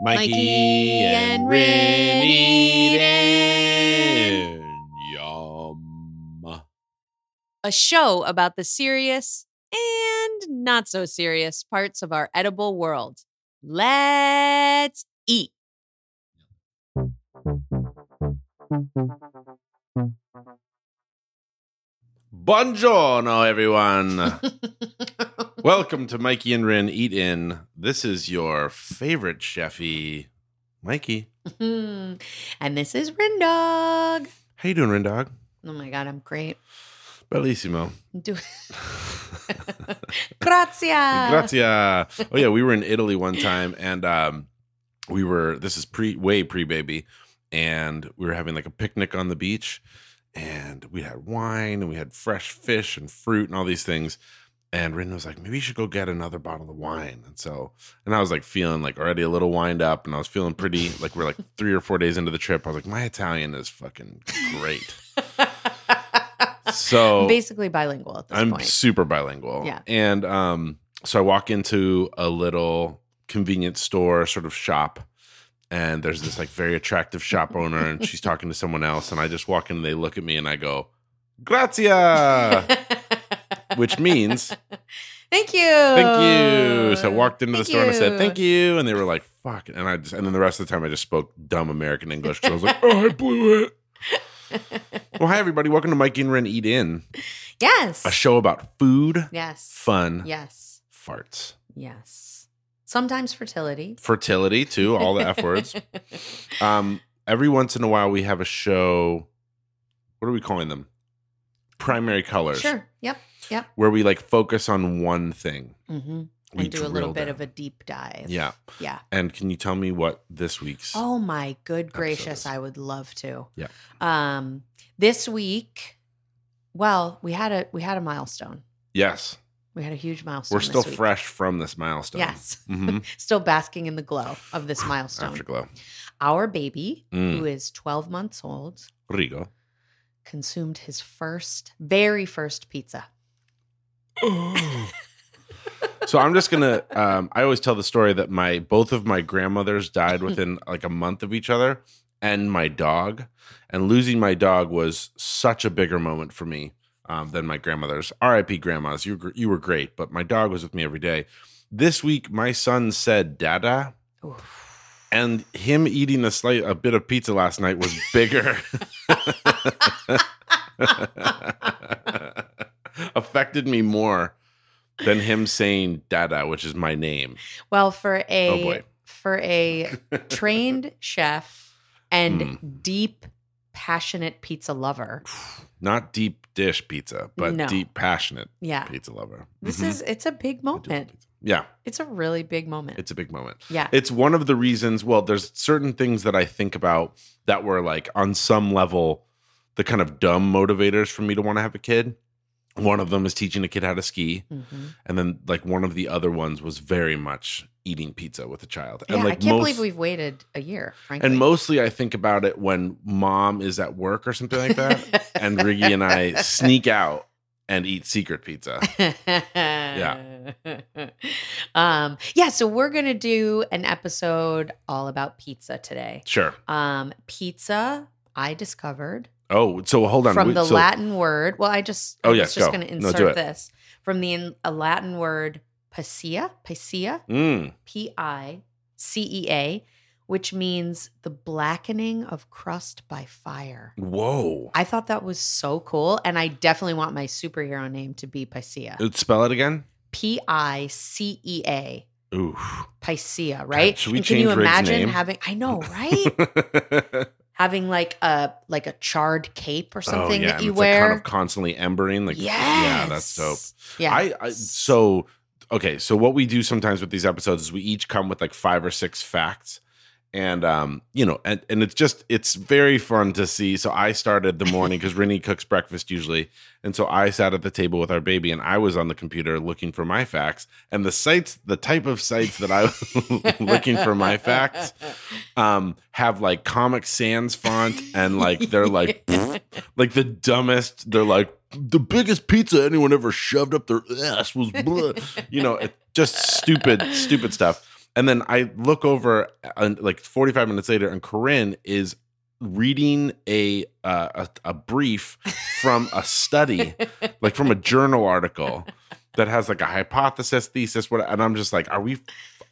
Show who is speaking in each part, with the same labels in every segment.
Speaker 1: Mikey,
Speaker 2: Mikey
Speaker 1: and
Speaker 2: and
Speaker 1: Rin
Speaker 2: Rin
Speaker 1: eating. Yum.
Speaker 2: a show about the serious and not so serious parts of our edible world. Let's eat.
Speaker 1: Buongiorno, everyone. Welcome to Mikey and Rin Eat In. This is your favorite chefy, Mikey.
Speaker 2: and this is Rindog.
Speaker 1: How you doing, Rin Dog?
Speaker 2: Oh my God, I'm great.
Speaker 1: Bellissimo.
Speaker 2: I'm doing- Grazie.
Speaker 1: Grazie. Oh yeah, we were in Italy one time, and um, we were this is pre way pre baby, and we were having like a picnic on the beach, and we had wine and we had fresh fish and fruit and all these things. And Rin was like, maybe you should go get another bottle of wine. And so, and I was like feeling like already a little wind up, and I was feeling pretty like we're like three or four days into the trip. I was like, my Italian is fucking great. So
Speaker 2: Basically bilingual at this
Speaker 1: I'm
Speaker 2: point.
Speaker 1: super bilingual.
Speaker 2: Yeah.
Speaker 1: And um, so I walk into a little convenience store sort of shop, and there's this like very attractive shop owner, and she's talking to someone else, and I just walk in, and they look at me, and I go, "Grazia," which means
Speaker 2: Thank you.
Speaker 1: thank you. So I walked into
Speaker 2: Uh, Thank
Speaker 1: the store and I said,
Speaker 2: you.
Speaker 1: "Thank you," and they were like, "Fuck," and I just, and then the rest of the time I just spoke dumb American English because I was like, "Oh, I blew it." well, hi everybody. Welcome to Mike and Ren Eat In,
Speaker 2: Yes.
Speaker 1: a show about food,
Speaker 2: yes.
Speaker 1: fun,
Speaker 2: Yes.
Speaker 1: farts.
Speaker 2: Yes. Sometimes fertility.
Speaker 1: fertility too all the f words um every once in a while we have a show what are we calling them primary colors
Speaker 2: sure. Yep. Yep.
Speaker 1: where we like focus on one thing
Speaker 2: Mm-hmm.
Speaker 1: we
Speaker 2: and do a
Speaker 1: drill
Speaker 2: little bit
Speaker 1: down.
Speaker 2: of a deep dive.
Speaker 1: yeah
Speaker 2: Yeah.
Speaker 1: and can you tell me what this week's
Speaker 2: Oh my good
Speaker 1: Episodes.
Speaker 2: gracious, I would love to.
Speaker 1: Yeah.
Speaker 2: Um this week, well, we had a we had a milestone.
Speaker 1: yes
Speaker 2: We had a huge milestone.
Speaker 1: we're
Speaker 2: this
Speaker 1: still
Speaker 2: week.
Speaker 1: fresh from this milestone
Speaker 2: Yes.
Speaker 1: Mhm.
Speaker 2: Still basking in the glow of this milestone.
Speaker 1: afterglow
Speaker 2: Our baby,
Speaker 1: Mm.
Speaker 2: who is 12 months old,
Speaker 1: rigo
Speaker 2: consumed his first, very first pizza.
Speaker 1: so i'm just gonna um, i always tell the story that my both of my grandmothers died within like a month of each other and my dog and losing my dog was such a bigger moment for me um, than my grandmother's rip grandmas you, were- you were great but my dog was with me every day this week my son said dada
Speaker 2: Oof.
Speaker 1: and him eating a slight a bit of pizza last night was bigger affected me more than him saying dada which is my name
Speaker 2: Well, for a
Speaker 1: Oh, boy.
Speaker 2: for a trained chef and
Speaker 1: Hmm.
Speaker 2: deep passionate pizza lover.
Speaker 1: not deep dish pizza but
Speaker 2: No.
Speaker 1: deep passionate
Speaker 2: Yeah.
Speaker 1: pizza lover
Speaker 2: This
Speaker 1: Mhm.
Speaker 2: is it's a big moment.
Speaker 1: yeah
Speaker 2: It's a really big moment.
Speaker 1: it's a big moment
Speaker 2: yeah.
Speaker 1: it's one of the reasons well there's certain things that i think about that were like on some level the kind of dumb motivators for me to want to have a kid one of them is teaching a kid how to ski
Speaker 2: Mhm.
Speaker 1: and then like one of the other ones was very much eating pizza with a child and
Speaker 2: yeah,
Speaker 1: like
Speaker 2: I can't
Speaker 1: most,
Speaker 2: believe we've waited a year, frankly.
Speaker 1: and mostly i think about it when mom is at work or something like that and riggy and i sneak out and eat secret pizza
Speaker 2: yeah. Um, yeah, so we're gonna do an episode all about pizza today.
Speaker 1: sure
Speaker 2: Um, pizza I discovered
Speaker 1: oh so hold on
Speaker 2: from
Speaker 1: We-
Speaker 2: the
Speaker 1: so-
Speaker 2: Latin word. Well, I just
Speaker 1: Oh,
Speaker 2: I
Speaker 1: yeah,
Speaker 2: was just
Speaker 1: go.
Speaker 2: going to
Speaker 1: No,
Speaker 2: insert
Speaker 1: do it.
Speaker 2: this from the in, a Latin word picea, picea,
Speaker 1: Mm,
Speaker 2: P I C E A, which means the blackening of crust by fire.
Speaker 1: whoa
Speaker 2: I thought that was so cool, and I definitely want my superhero name to be Picea.
Speaker 1: Uh, spell it again
Speaker 2: P I C E A.
Speaker 1: ooh
Speaker 2: Picea, right?
Speaker 1: should we
Speaker 2: and can you
Speaker 1: change Rig's
Speaker 2: imagine
Speaker 1: name?
Speaker 2: having? I know, right? having like a like a charred cape or something
Speaker 1: oh, yeah.
Speaker 2: that
Speaker 1: and
Speaker 2: you
Speaker 1: it's
Speaker 2: wear.
Speaker 1: Like kind of constantly embering. Like, yeah, that's dope.
Speaker 2: Yes. Yeah.
Speaker 1: I, I so okay. So what we do sometimes with these episodes is we each come with like five or six facts. And um, you know, and, and it's just it's very fun to see. So I started the morning because Rennie cooks breakfast usually, and so I sat at the table with our baby, and I was on the computer looking for my facts and the sites, the type of sites that I was looking for my facts, um, have like Comic Sans font and like they're like like the dumbest. They're like the biggest pizza anyone ever shoved up their ass was, blah. you know, it, just stupid, stupid stuff. And then I look over and like 45 minutes later, and Corinne is reading a uh, a, a brief from a study, like from a journal article that has like a hypothesis, thesis, what. And I'm just like, are we?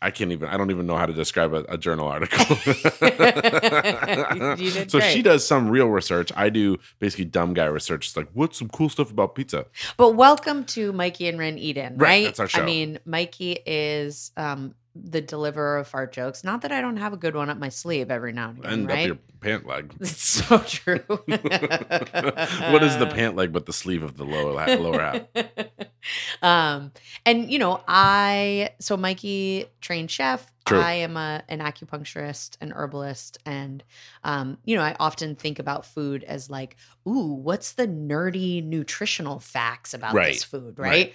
Speaker 1: I can't even. I don't even know how to describe a, a journal article.
Speaker 2: You did
Speaker 1: so she
Speaker 2: great.
Speaker 1: does some real research. I do basically dumb guy research. It's like, what's some cool stuff about pizza?
Speaker 2: But welcome to Mikey and Ren Eden,
Speaker 1: Right,
Speaker 2: right?
Speaker 1: that's our show.
Speaker 2: I mean, Mikey is um, the deliverer of fart jokes. Not that I don't have a good one up my sleeve every now and again,
Speaker 1: End
Speaker 2: right?
Speaker 1: up your pant leg.
Speaker 2: It's so true.
Speaker 1: what is the pant leg but the sleeve of the lower ha- lower half?
Speaker 2: um, and you know, I so Mikey trained chef.
Speaker 1: True.
Speaker 2: I am a an acupuncturist, an herbalist, and um, you know, I often think about food as like, ooh, what's the nerdy nutritional facts about
Speaker 1: Right.
Speaker 2: this food,
Speaker 1: Right.
Speaker 2: right?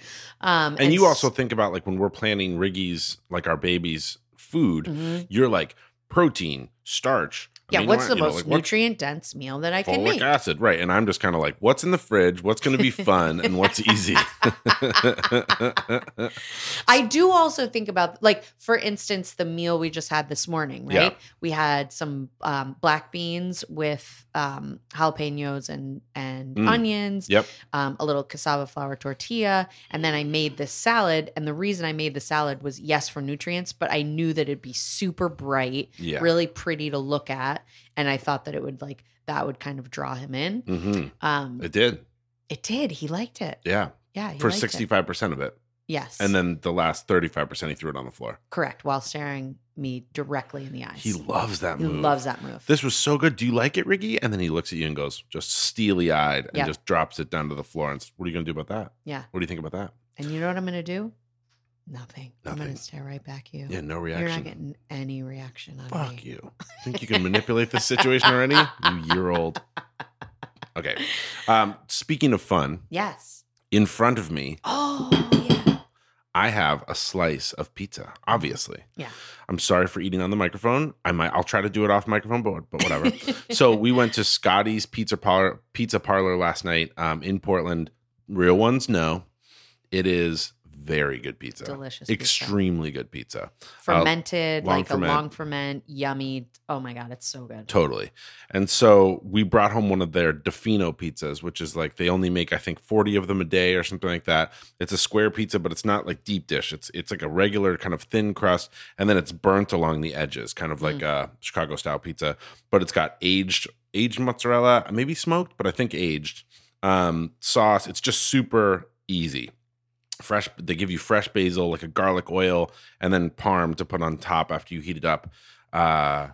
Speaker 2: Um,
Speaker 1: And you
Speaker 2: s-
Speaker 1: also think about like when we're planning Riggy's like our baby's food,
Speaker 2: Mhm.
Speaker 1: you're like protein, starch.
Speaker 2: yeah,
Speaker 1: amino
Speaker 2: what's
Speaker 1: ac-
Speaker 2: the
Speaker 1: you know,
Speaker 2: most
Speaker 1: like, what's
Speaker 2: nutrient dense meal that I can
Speaker 1: folic
Speaker 2: make?
Speaker 1: acid, right? And I'm just kind of like, what's in the fridge? What's going to be fun and what's easy?
Speaker 2: I do also think about, like, for instance, the meal we just had this morning,
Speaker 1: Yeah.
Speaker 2: right? We had some um, black beans with um, jalapenos and and
Speaker 1: Mm.
Speaker 2: onions,
Speaker 1: yep.
Speaker 2: um, a little cassava flour tortilla, and then I made this salad. And the reason I made the salad was yes for nutrients, but I knew that it'd be super bright,
Speaker 1: Yeah.
Speaker 2: really pretty to look at, and I thought that it would like that would kind of draw him in.
Speaker 1: hmm
Speaker 2: Um,
Speaker 1: It did.
Speaker 2: it did. He liked it.
Speaker 1: Yeah.
Speaker 2: Yeah, he
Speaker 1: For
Speaker 2: liked it.
Speaker 1: 65% of it.
Speaker 2: Yes,
Speaker 1: And then the last 35% he threw it on the floor.
Speaker 2: correct while staring me directly in the eyes.
Speaker 1: He loves that
Speaker 2: He
Speaker 1: move.
Speaker 2: loves that move.
Speaker 1: this was so good. Do you like it, Ricky? And then he looks at you and goes, just steely eyed, and
Speaker 2: Yeah.
Speaker 1: just drops it down to the floor. And says, what are you going to do about that?
Speaker 2: Yeah.
Speaker 1: What do you think about that?
Speaker 2: and you know what I'm going to do? Nothing. I'm going
Speaker 1: Nothing.
Speaker 2: to stare right back at you.
Speaker 1: Yeah, no reaction.
Speaker 2: You're not getting any reaction out of
Speaker 1: Fuck
Speaker 2: me.
Speaker 1: you. Think you can manipulate this situation already? You year old. Okay. Um, speaking of fun,
Speaker 2: Yes.
Speaker 1: in front of me,
Speaker 2: Oh yeah.
Speaker 1: I have a slice of pizza. Obviously.
Speaker 2: Yeah.
Speaker 1: I'm sorry for eating on the microphone. I might. I'll try to do it off microphone, but but whatever. so we went to Scotty's Pizza Parlor Pizza Parlor last night um, in Portland. Real ones, no. It is very good pizza.
Speaker 2: Delicious. pizza.
Speaker 1: Extremely good pizza.
Speaker 2: fermented,
Speaker 1: uh, long
Speaker 2: like
Speaker 1: ferment.
Speaker 2: a long ferment, yummy. Oh my god, it's so good.
Speaker 1: Totally. And so we brought home one of their Defino pizzas, which is like they only make I think 40 of them a day or something like that. It's a square pizza, but it's not like deep dish. It's it's like a regular kind of thin crust and then it's burnt along the edges, kind of like a Chicago style pizza, but it's got aged aged mozzarella, maybe smoked, but I think aged um sauce. It's just super easy. Fresh they give you fresh basil, like a garlic oil, and then parm to put on top after you heat it up. Uh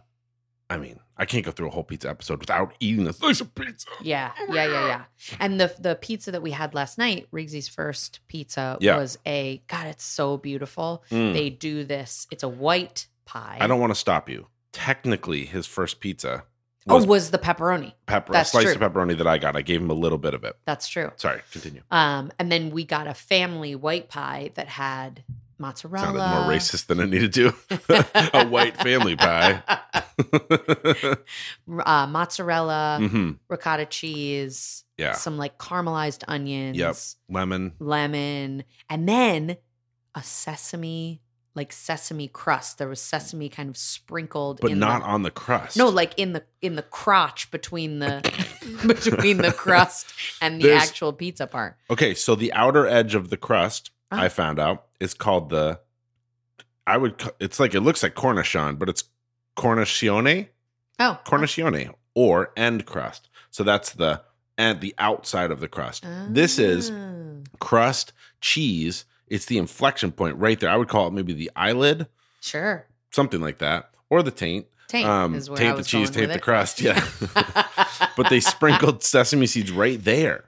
Speaker 1: I mean, I can't go through a whole pizza episode without eating a slice of pizza.
Speaker 2: Yeah, yeah, yeah, yeah. And the the pizza that we had last night, Riggsy's first pizza,
Speaker 1: Yeah.
Speaker 2: was a God. It's so beautiful.
Speaker 1: Mm.
Speaker 2: They do this. It's a white pie.
Speaker 1: I don't want to stop you. Technically, his first pizza
Speaker 2: Oh,
Speaker 1: was
Speaker 2: was the pepperoni?
Speaker 1: pepper, a
Speaker 2: that's
Speaker 1: slice
Speaker 2: true.
Speaker 1: of pepperoni that I got. I gave him a little bit of it.
Speaker 2: That's true.
Speaker 1: Sorry, continue.
Speaker 2: Um, and then we got a family white pie that had mozzarella.
Speaker 1: Sounded more racist than I needed to. a white family pie. mm-hmm.
Speaker 2: uh, mozzarella, ricotta cheese,
Speaker 1: Hmm. Yeah.
Speaker 2: some like caramelized onions,
Speaker 1: Lemon.
Speaker 2: lemon, and then a sesame, like sesame crust. There was sesame kind of sprinkled,
Speaker 1: But
Speaker 2: in
Speaker 1: not
Speaker 2: the,
Speaker 1: on the crust.
Speaker 2: no, like in the in the crotch between the between the crust and the
Speaker 1: There's-
Speaker 2: actual pizza part.
Speaker 1: Okay, so the outer edge of the crust,
Speaker 2: Oh.
Speaker 1: I found out, is called the. I would. ca- It's like it looks like cornichon, but it's cornicione,
Speaker 2: Oh,
Speaker 1: cornicione, or end crust. So that's the and the outside of the crust. This is
Speaker 2: oh. Ah.
Speaker 1: crust cheese. It's the inflection point right there. I would call it maybe the eyelid,
Speaker 2: sure.
Speaker 1: something like that, or the taint.
Speaker 2: Taint
Speaker 1: Um,
Speaker 2: is where I
Speaker 1: taint the
Speaker 2: was
Speaker 1: cheese, taint
Speaker 2: going
Speaker 1: the
Speaker 2: with it.
Speaker 1: crust. Yeah, but they sprinkled sesame seeds right there.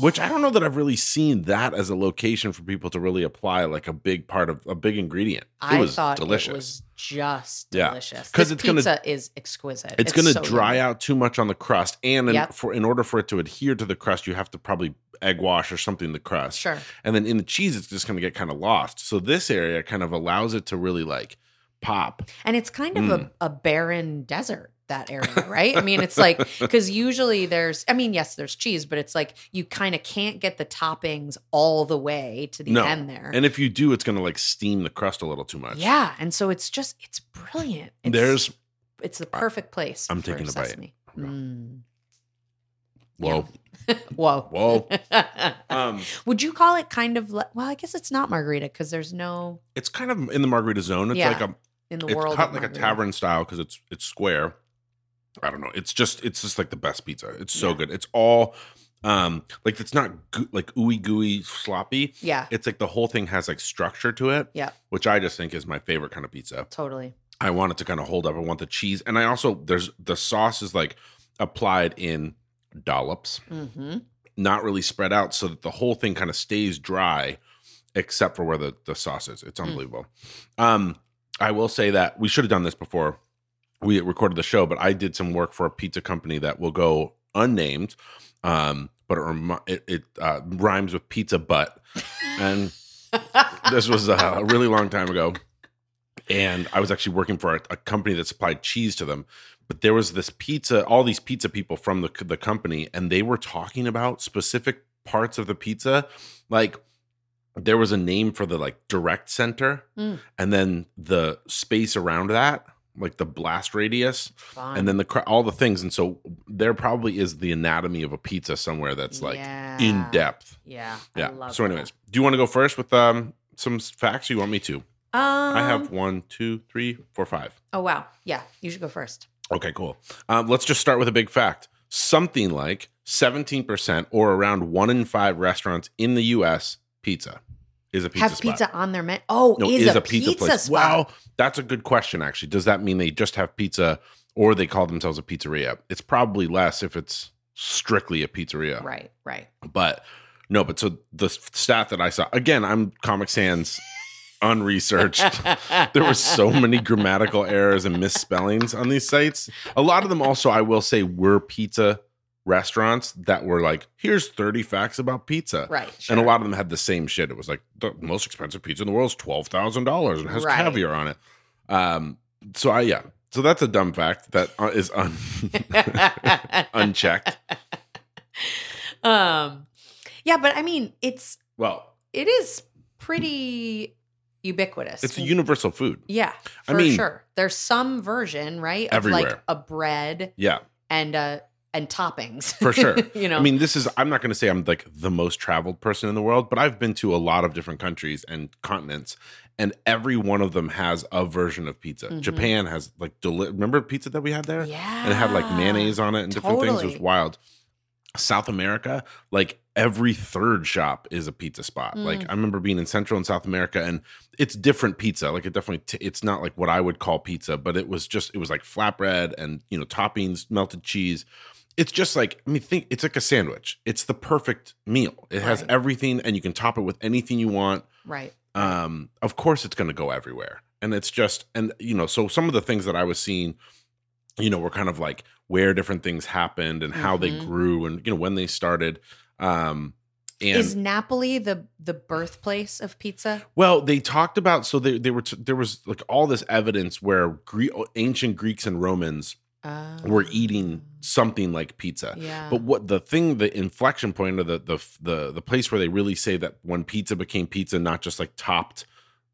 Speaker 1: which I don't know that I've really seen that as a location for people to really apply like a big part of a big ingredient. It
Speaker 2: I
Speaker 1: was
Speaker 2: thought
Speaker 1: delicious.
Speaker 2: it was just
Speaker 1: Yeah.
Speaker 2: delicious.
Speaker 1: 'Cause
Speaker 2: This
Speaker 1: it's gonna-
Speaker 2: pizza is exquisite.
Speaker 1: it's, going to
Speaker 2: so
Speaker 1: dry
Speaker 2: yummy.
Speaker 1: out too much on the crust, and in,
Speaker 2: Yep.
Speaker 1: for in order for it to adhere to the crust, you have to probably egg wash or something the crust,
Speaker 2: Sure.
Speaker 1: and then in the cheese, it's just going to get kind of lost. So this area kind of allows it to really like pop. Mm.
Speaker 2: And it's kind of a, a barren desert, that area, right? I mean, it's like because usually there's, I mean, yes, there's cheese, but it's like you kind of can't get the toppings all the way to the
Speaker 1: No.
Speaker 2: end there.
Speaker 1: And if you do, it's going to like steam the crust a little too much.
Speaker 2: yeah, and so it's just it's brilliant. It's,
Speaker 1: There's,
Speaker 2: it's the perfect place.
Speaker 1: I'm
Speaker 2: for
Speaker 1: taking a bite.
Speaker 2: sesame. Mm.
Speaker 1: whoa,
Speaker 2: Whoa.
Speaker 1: whoa. Um,
Speaker 2: Would you call it kind of like, well, I guess it's not margarita because there's no
Speaker 1: it's kind of in the margarita zone. It's
Speaker 2: Yeah.
Speaker 1: like a,
Speaker 2: in the
Speaker 1: it's
Speaker 2: world.
Speaker 1: cut
Speaker 2: of
Speaker 1: like a
Speaker 2: margarita.
Speaker 1: tavern style because it's it's square. I don't know. It's just it's just like the best pizza. It's so
Speaker 2: Yeah.
Speaker 1: good. It's all um like it's not goo- like ooey gooey sloppy.
Speaker 2: Yeah,
Speaker 1: It's like the whole thing has like structure to it.
Speaker 2: Yeah.
Speaker 1: Which I just think is my favorite kind of pizza.
Speaker 2: totally.
Speaker 1: I want it to kind of hold up. I want the cheese, and I also there's the sauce is like applied in dollops,
Speaker 2: hmm
Speaker 1: not really spread out, so that the whole thing kind of stays dry, except for where the the sauce is. It's unbelievable. Um, I will say that we should have done this before we recorded the show, but I did some work for a pizza company that will go unnamed, um, but it remi- it, it uh, rhymes with pizza butt, and this was uh, a really long time ago and i was actually working for a, a company that supplied cheese to them but there was this pizza all these pizza people from the, the company and they were talking about specific parts of the pizza like there was a name for the like direct center
Speaker 2: Mm.
Speaker 1: and then the space around that like the blast radius
Speaker 2: Fun.
Speaker 1: and then the cr- all the things and so there probably is the anatomy of a pizza somewhere that's like in
Speaker 2: Yeah.
Speaker 1: depth
Speaker 2: Yeah. I
Speaker 1: yeah.
Speaker 2: love
Speaker 1: so,
Speaker 2: that.
Speaker 1: anyways, do you want to go first with um some s- facts? Or you want me to?
Speaker 2: um,
Speaker 1: I have one, two, three, four, five.
Speaker 2: Oh wow. Yeah, you should go first.
Speaker 1: Okay, cool. Um, let's just start with a big fact. Something like seventeen percent, or around one in five restaurants in the U.S. pizza is a pizza
Speaker 2: have
Speaker 1: spot.
Speaker 2: pizza on their menu. Oh,
Speaker 1: No,
Speaker 2: is,
Speaker 1: is
Speaker 2: a, pizza,
Speaker 1: place.
Speaker 2: spot.
Speaker 1: Wow, that's a good question. Actually, does that mean they just have pizza, or they call themselves a pizzeria? It's probably less if it's strictly a pizzeria.
Speaker 2: Right. Right.
Speaker 1: But no, but so the s- stat that I saw again, I'm Comic Sans unresearched. there were so many grammatical errors and misspellings on these sites. A lot of them also, I will say, were pizza restaurants that were like, here's 30 facts about pizza.
Speaker 2: Right.
Speaker 1: And
Speaker 2: sure.
Speaker 1: a lot of them had the same shit. It was like the most expensive pizza in the world is twelve thousand dollars and has
Speaker 2: Right.
Speaker 1: caviar on it. Um, so I yeah, so that's a dumb fact that uh, is un- unchecked.
Speaker 2: um, yeah, but I mean, it's
Speaker 1: Well,
Speaker 2: it is pretty ubiquitous.
Speaker 1: it's a universal food.
Speaker 2: Yeah,
Speaker 1: I
Speaker 2: for
Speaker 1: mean-
Speaker 2: sure. There's some version, right? Of like
Speaker 1: Everywhere.
Speaker 2: a bread
Speaker 1: Yeah.
Speaker 2: and uh and toppings.
Speaker 1: For sure.
Speaker 2: you know.
Speaker 1: I mean, this is, I'm not going to say I'm like the most traveled person in the world, but I've been to a lot of different countries and continents, and every one of them has a version of pizza.
Speaker 2: Mhm.
Speaker 1: Japan has like, deli- remember pizza that we had there?
Speaker 2: yeah.
Speaker 1: And it had like mayonnaise on it and different things. It was
Speaker 2: Totally.
Speaker 1: wild. South America, like every third shop is a pizza spot.
Speaker 2: Mm.
Speaker 1: Like I remember being in Central and South America, and it's different pizza. Like it definitely, t- it's not like what I would call pizza, but it was just, it was like flatbread and you know toppings, melted cheese. It's just like I mean, think it's like a sandwich. It's the perfect meal. It has
Speaker 2: Right.
Speaker 1: everything, and you can top it with anything you want
Speaker 2: Right.
Speaker 1: um, of course it's going to go everywhere. And it's just, and you know, so some of the things that I was seeing, you know, were kind of like where different things happened and how they
Speaker 2: Mhm.
Speaker 1: grew and, you know, when they started. Um, and
Speaker 2: is Napoli the the birthplace of pizza?
Speaker 1: well, they talked about, so they, they were, t- there was like all this evidence where Gre- ancient Greeks and Romans
Speaker 2: Uh,
Speaker 1: were eating something like pizza.
Speaker 2: Oh. Yeah.
Speaker 1: But what the thing, the inflection point, or the the the the place where they really say that when pizza became pizza, not just like topped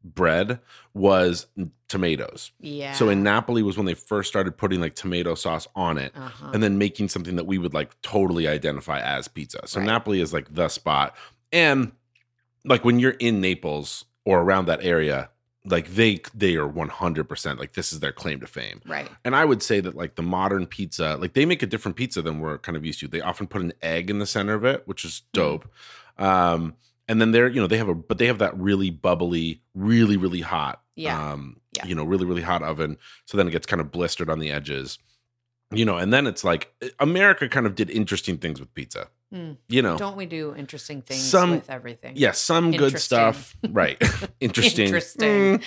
Speaker 1: bread, was tomatoes.
Speaker 2: yeah.
Speaker 1: So in Napoli was when they first started putting like tomato sauce on it,
Speaker 2: uh-huh.
Speaker 1: and then making something that we would like totally identify as pizza. So
Speaker 2: Right.
Speaker 1: Napoli is like the spot, and like when you're in Naples or around that area, like they they are 100 percent like this is their claim to fame.
Speaker 2: right.
Speaker 1: And I would say that like the modern pizza, like they make a different pizza than we're kind of used to. They often put an egg in the center of it,
Speaker 2: Mm.
Speaker 1: which is dope. Um, and then they're, you know, they have a, but they have that really bubbly, really, really hot,
Speaker 2: Yeah.
Speaker 1: um,
Speaker 2: Yeah.
Speaker 1: you know, really, really hot oven. So then it gets kind of blistered on the edges, you know, and then it's like eh, America kind of did interesting things with pizza,
Speaker 2: Mm.
Speaker 1: you know.
Speaker 2: Don't we do interesting things
Speaker 1: Some-
Speaker 2: with everything?
Speaker 1: Yeah, some good
Speaker 2: Interesting.
Speaker 1: stuff. Right. interesting.
Speaker 2: Interesting.
Speaker 1: Mm.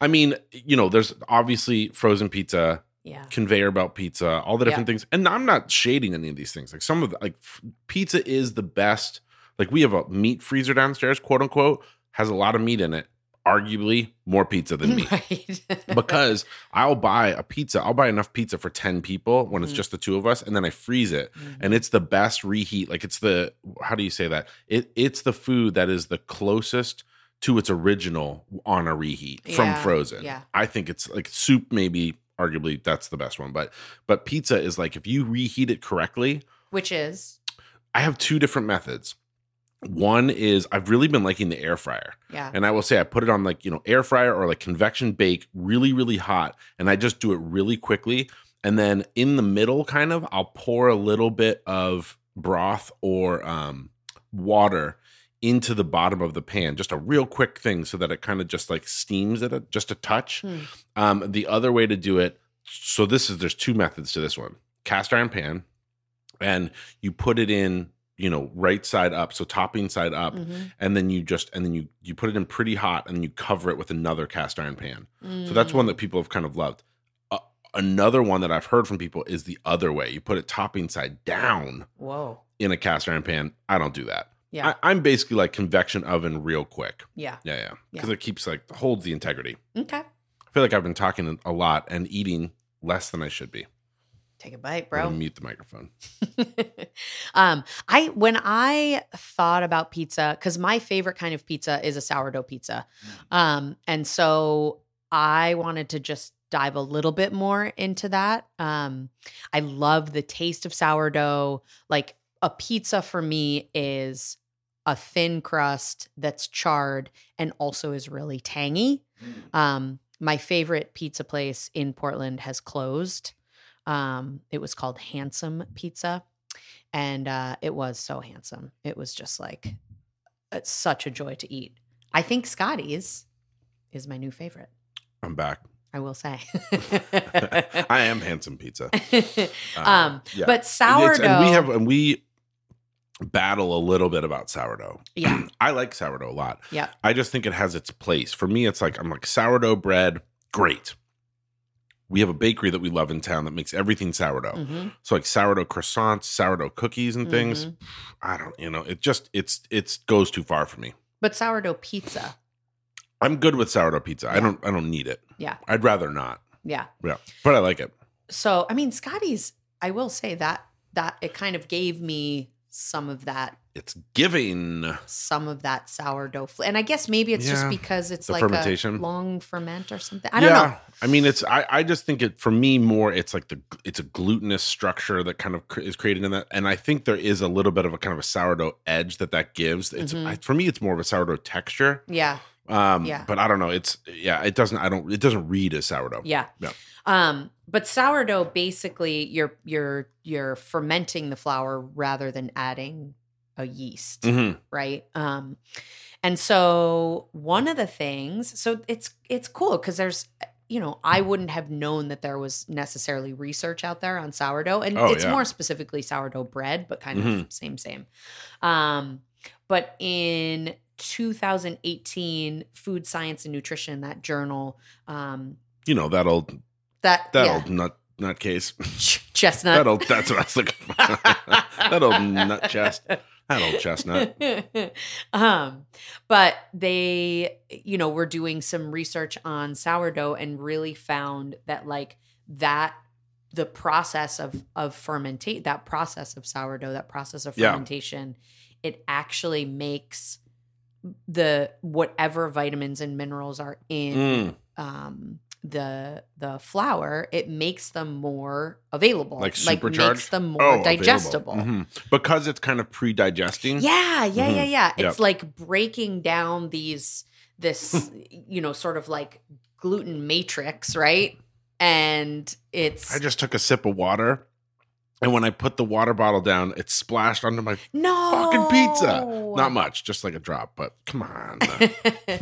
Speaker 1: I mean, you know, there's obviously frozen pizza
Speaker 2: Yeah.
Speaker 1: conveyor belt pizza, all the
Speaker 2: Yeah.
Speaker 1: different things. And I'm not shading any of these things. Like some of the, like f- pizza is the best. Like we have a meat freezer downstairs, quote unquote, has a lot of meat in it. arguably more pizza than me
Speaker 2: Right.
Speaker 1: because I'll buy a pizza. I'll buy enough pizza for 10 people when it's
Speaker 2: Mhm.
Speaker 1: just the two of us and then I freeze it.
Speaker 2: Mm-hmm.
Speaker 1: And it's the best reheat. Like it's the how do you say that? It it's the food that is the closest to its original on a reheat from
Speaker 2: Yeah,
Speaker 1: frozen.
Speaker 2: yeah.
Speaker 1: I think it's like soup maybe arguably that's the best one, but but pizza is like if you reheat it correctly,
Speaker 2: which is
Speaker 1: I have two different methods. One is I've really been liking the air fryer.
Speaker 2: yeah.
Speaker 1: And I will say I put it on like, you know, air fryer or like convection bake really, really hot. And I just do it really quickly. And then in the middle, kind of, I'll pour a little bit of broth or um, water into the bottom of the pan, just a real quick thing so that it kind of just like steams it a- just a touch.
Speaker 2: Hmm.
Speaker 1: Um, the other way to do it, so this is there's two methods to this one cast iron pan, and you put it in, you know, right side up, so topping side up
Speaker 2: Mhm.
Speaker 1: and then you just and then you you put it in pretty hot and you cover it with another cast iron pan. So
Speaker 2: Mm.
Speaker 1: that's one that people have kind of loved. Uh, another one that I've heard from people is the other way. You put it topping side down
Speaker 2: Whoa.
Speaker 1: in a cast iron pan. I don't do that.
Speaker 2: Yeah.
Speaker 1: I, I'm basically like convection oven real quick.
Speaker 2: yeah.
Speaker 1: Yeah, yeah,
Speaker 2: Yeah.
Speaker 1: because it keeps like holds the integrity.
Speaker 2: Okay.
Speaker 1: I feel like I've been talking a lot and eating less than I should be.
Speaker 2: Take a bite,
Speaker 1: I'm
Speaker 2: bro.
Speaker 1: gonna mute the microphone.
Speaker 2: um, I when I thought about pizza, because my favorite kind of pizza is a sourdough pizza, um, and so I wanted to just dive a little bit more into that. Um, I love the taste of sourdough. Like a pizza for me is a thin crust that's charred and also is really tangy. Um, my favorite pizza place in Portland has closed. Um, it was called Handsome Pizza, and uh, it was so handsome. It was just like it's such a joy to eat. I think Scotty's is my new favorite.
Speaker 1: I'm back.
Speaker 2: I will say.
Speaker 1: I am handsome pizza. Uh,
Speaker 2: um,
Speaker 1: yeah.
Speaker 2: but sourdough.
Speaker 1: It's- and we have and we battle a little bit about sourdough.
Speaker 2: yeah,
Speaker 1: I like sourdough a lot.
Speaker 2: yeah,
Speaker 1: I just think it has its place. For me, it's like I'm like sourdough bread, great. We have a bakery that we love in town that makes everything sourdough.
Speaker 2: mhm,
Speaker 1: So like sourdough croissants, sourdough cookies and things.
Speaker 2: mhm.
Speaker 1: I don't, you know, it just it's it's goes too far for me.
Speaker 2: But sourdough pizza.
Speaker 1: I'm good with sourdough pizza. I
Speaker 2: Yeah.
Speaker 1: don't I don't need it.
Speaker 2: Yeah.
Speaker 1: I'd rather not.
Speaker 2: Yeah.
Speaker 1: Yeah. But I like it.
Speaker 2: So I mean, Scotty's. I will say that that it kind of gave me some of that
Speaker 1: It's giving
Speaker 2: some of that sourdough fl- and i guess maybe it's just
Speaker 1: Yeah.
Speaker 2: because it's
Speaker 1: The
Speaker 2: like a
Speaker 1: fermentation.
Speaker 2: long ferment or something i don't know
Speaker 1: I mean, it's I, I just think it for me more. It's like the it's a glutinous structure that kind of cr- is created in that, and I think there is a little bit of a kind of a sourdough edge that that gives. It's
Speaker 2: Mhm.
Speaker 1: I, for me, it's more of a sourdough texture.
Speaker 2: yeah
Speaker 1: Um,
Speaker 2: Yeah.
Speaker 1: but I don't know. It's yeah, it doesn't. I don't. It doesn't read as sourdough.
Speaker 2: yeah
Speaker 1: Yeah.
Speaker 2: um but sourdough basically you're you're you're fermenting the flour rather than adding a yeast
Speaker 1: Mhm.
Speaker 2: right um and so one of the things so it's it's cool because there's you know i wouldn't have known that there was necessarily research out there on sourdough and
Speaker 1: Oh,
Speaker 2: it's
Speaker 1: yeah.
Speaker 2: more specifically sourdough bread but kind of
Speaker 1: Mhm.
Speaker 2: same same um but in 2018 food science and nutrition that journal um
Speaker 1: You know that old
Speaker 2: that
Speaker 1: that
Speaker 2: yeah,
Speaker 1: old nut nut case.
Speaker 2: ch- chestnut
Speaker 1: that old. That's what I was looking for. that old nut chest. That old chestnut.
Speaker 2: um, but they, you know, were doing some research on sourdough and really found that like that the process of of fermentate that process of sourdough, that process of
Speaker 1: Yeah.
Speaker 2: fermentation, it actually makes the whatever vitamins and minerals are in
Speaker 1: Mm,
Speaker 2: um the the flour, it makes them more available.
Speaker 1: Like
Speaker 2: makes
Speaker 1: supercharged?
Speaker 2: them
Speaker 1: oh,
Speaker 2: more
Speaker 1: available.
Speaker 2: digestible.
Speaker 1: Mhm. because it's kind of pre-digesting.
Speaker 2: Yeah, yeah, yeah,
Speaker 1: Mhm.
Speaker 2: yeah. It's
Speaker 1: Mm-hmm. Yep.
Speaker 2: like breaking down these this you know sort of like gluten matrix, right? And it's
Speaker 1: I just took a sip of water, and when I put the water bottle down, it splashed onto my.
Speaker 2: no
Speaker 1: fucking pizza. Not much, just like a drop. But come on.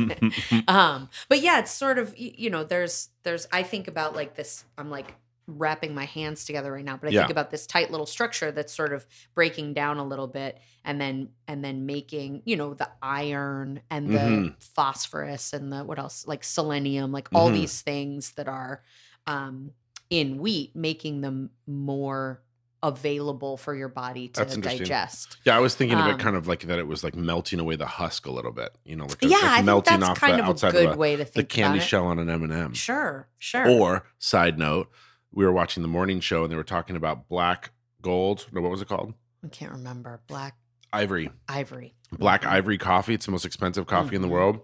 Speaker 2: um but yeah it's sort of y- you know there's there's i think about like this i'm like wrapping my hands together right now but i
Speaker 1: Yeah.
Speaker 2: think about this tight little structure that's sort of breaking down a little bit and then and then making you know the iron and the
Speaker 1: Mhm.
Speaker 2: phosphorus and the what else like selenium like all
Speaker 1: Mhm.
Speaker 2: these things that are um in wheat making them more available for your body to
Speaker 1: That's interesting.
Speaker 2: digest.
Speaker 1: Yeah, I was thinking of
Speaker 2: Um,
Speaker 1: it kind of like that. It was like melting away the husk a little bit, you know, like,
Speaker 2: yeah,
Speaker 1: like
Speaker 2: I think
Speaker 1: melting
Speaker 2: that's
Speaker 1: off
Speaker 2: kind
Speaker 1: the
Speaker 2: of a
Speaker 1: outside
Speaker 2: good
Speaker 1: of a,
Speaker 2: way
Speaker 1: the
Speaker 2: to think
Speaker 1: candy
Speaker 2: about
Speaker 1: shell on an M and m
Speaker 2: It. Sure, sure.
Speaker 1: Or side note, we were watching the morning show and they were talking about black gold. No, what was it called?
Speaker 2: I can't remember black
Speaker 1: Ivory,
Speaker 2: ivory.
Speaker 1: black
Speaker 2: Mhm.
Speaker 1: ivory coffee. It's the most expensive coffee in the
Speaker 2: Mhm.
Speaker 1: world,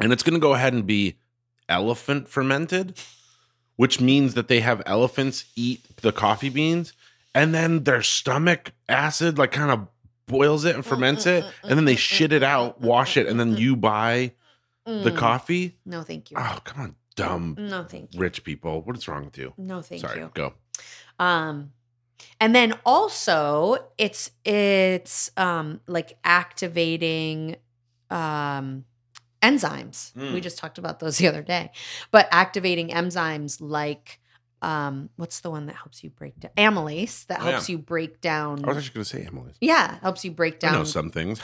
Speaker 1: and it's going to go ahead and be elephant fermented, which means that they have elephants eat the coffee beans, and then their stomach acid like kind of boils it and ferments it, and then they shit it out, wash it, and then you buy the
Speaker 2: Mm.
Speaker 1: coffee.
Speaker 2: No, thank you.
Speaker 1: Oh, come on, dumb
Speaker 2: No, thank you.
Speaker 1: rich people. What is wrong with you?
Speaker 2: No, thank
Speaker 1: Sorry,
Speaker 2: you.
Speaker 1: go.
Speaker 2: Um, and then also it's it's um like activating um enzymes. We
Speaker 1: Mm.
Speaker 2: just talked about those the other day, but activating enzymes like um what's the one that helps you break down amylase that
Speaker 1: Oh, yeah.
Speaker 2: helps you break down
Speaker 1: I was actually going to say Emily's.
Speaker 2: yeah helps you break
Speaker 1: I know
Speaker 2: down
Speaker 1: some things.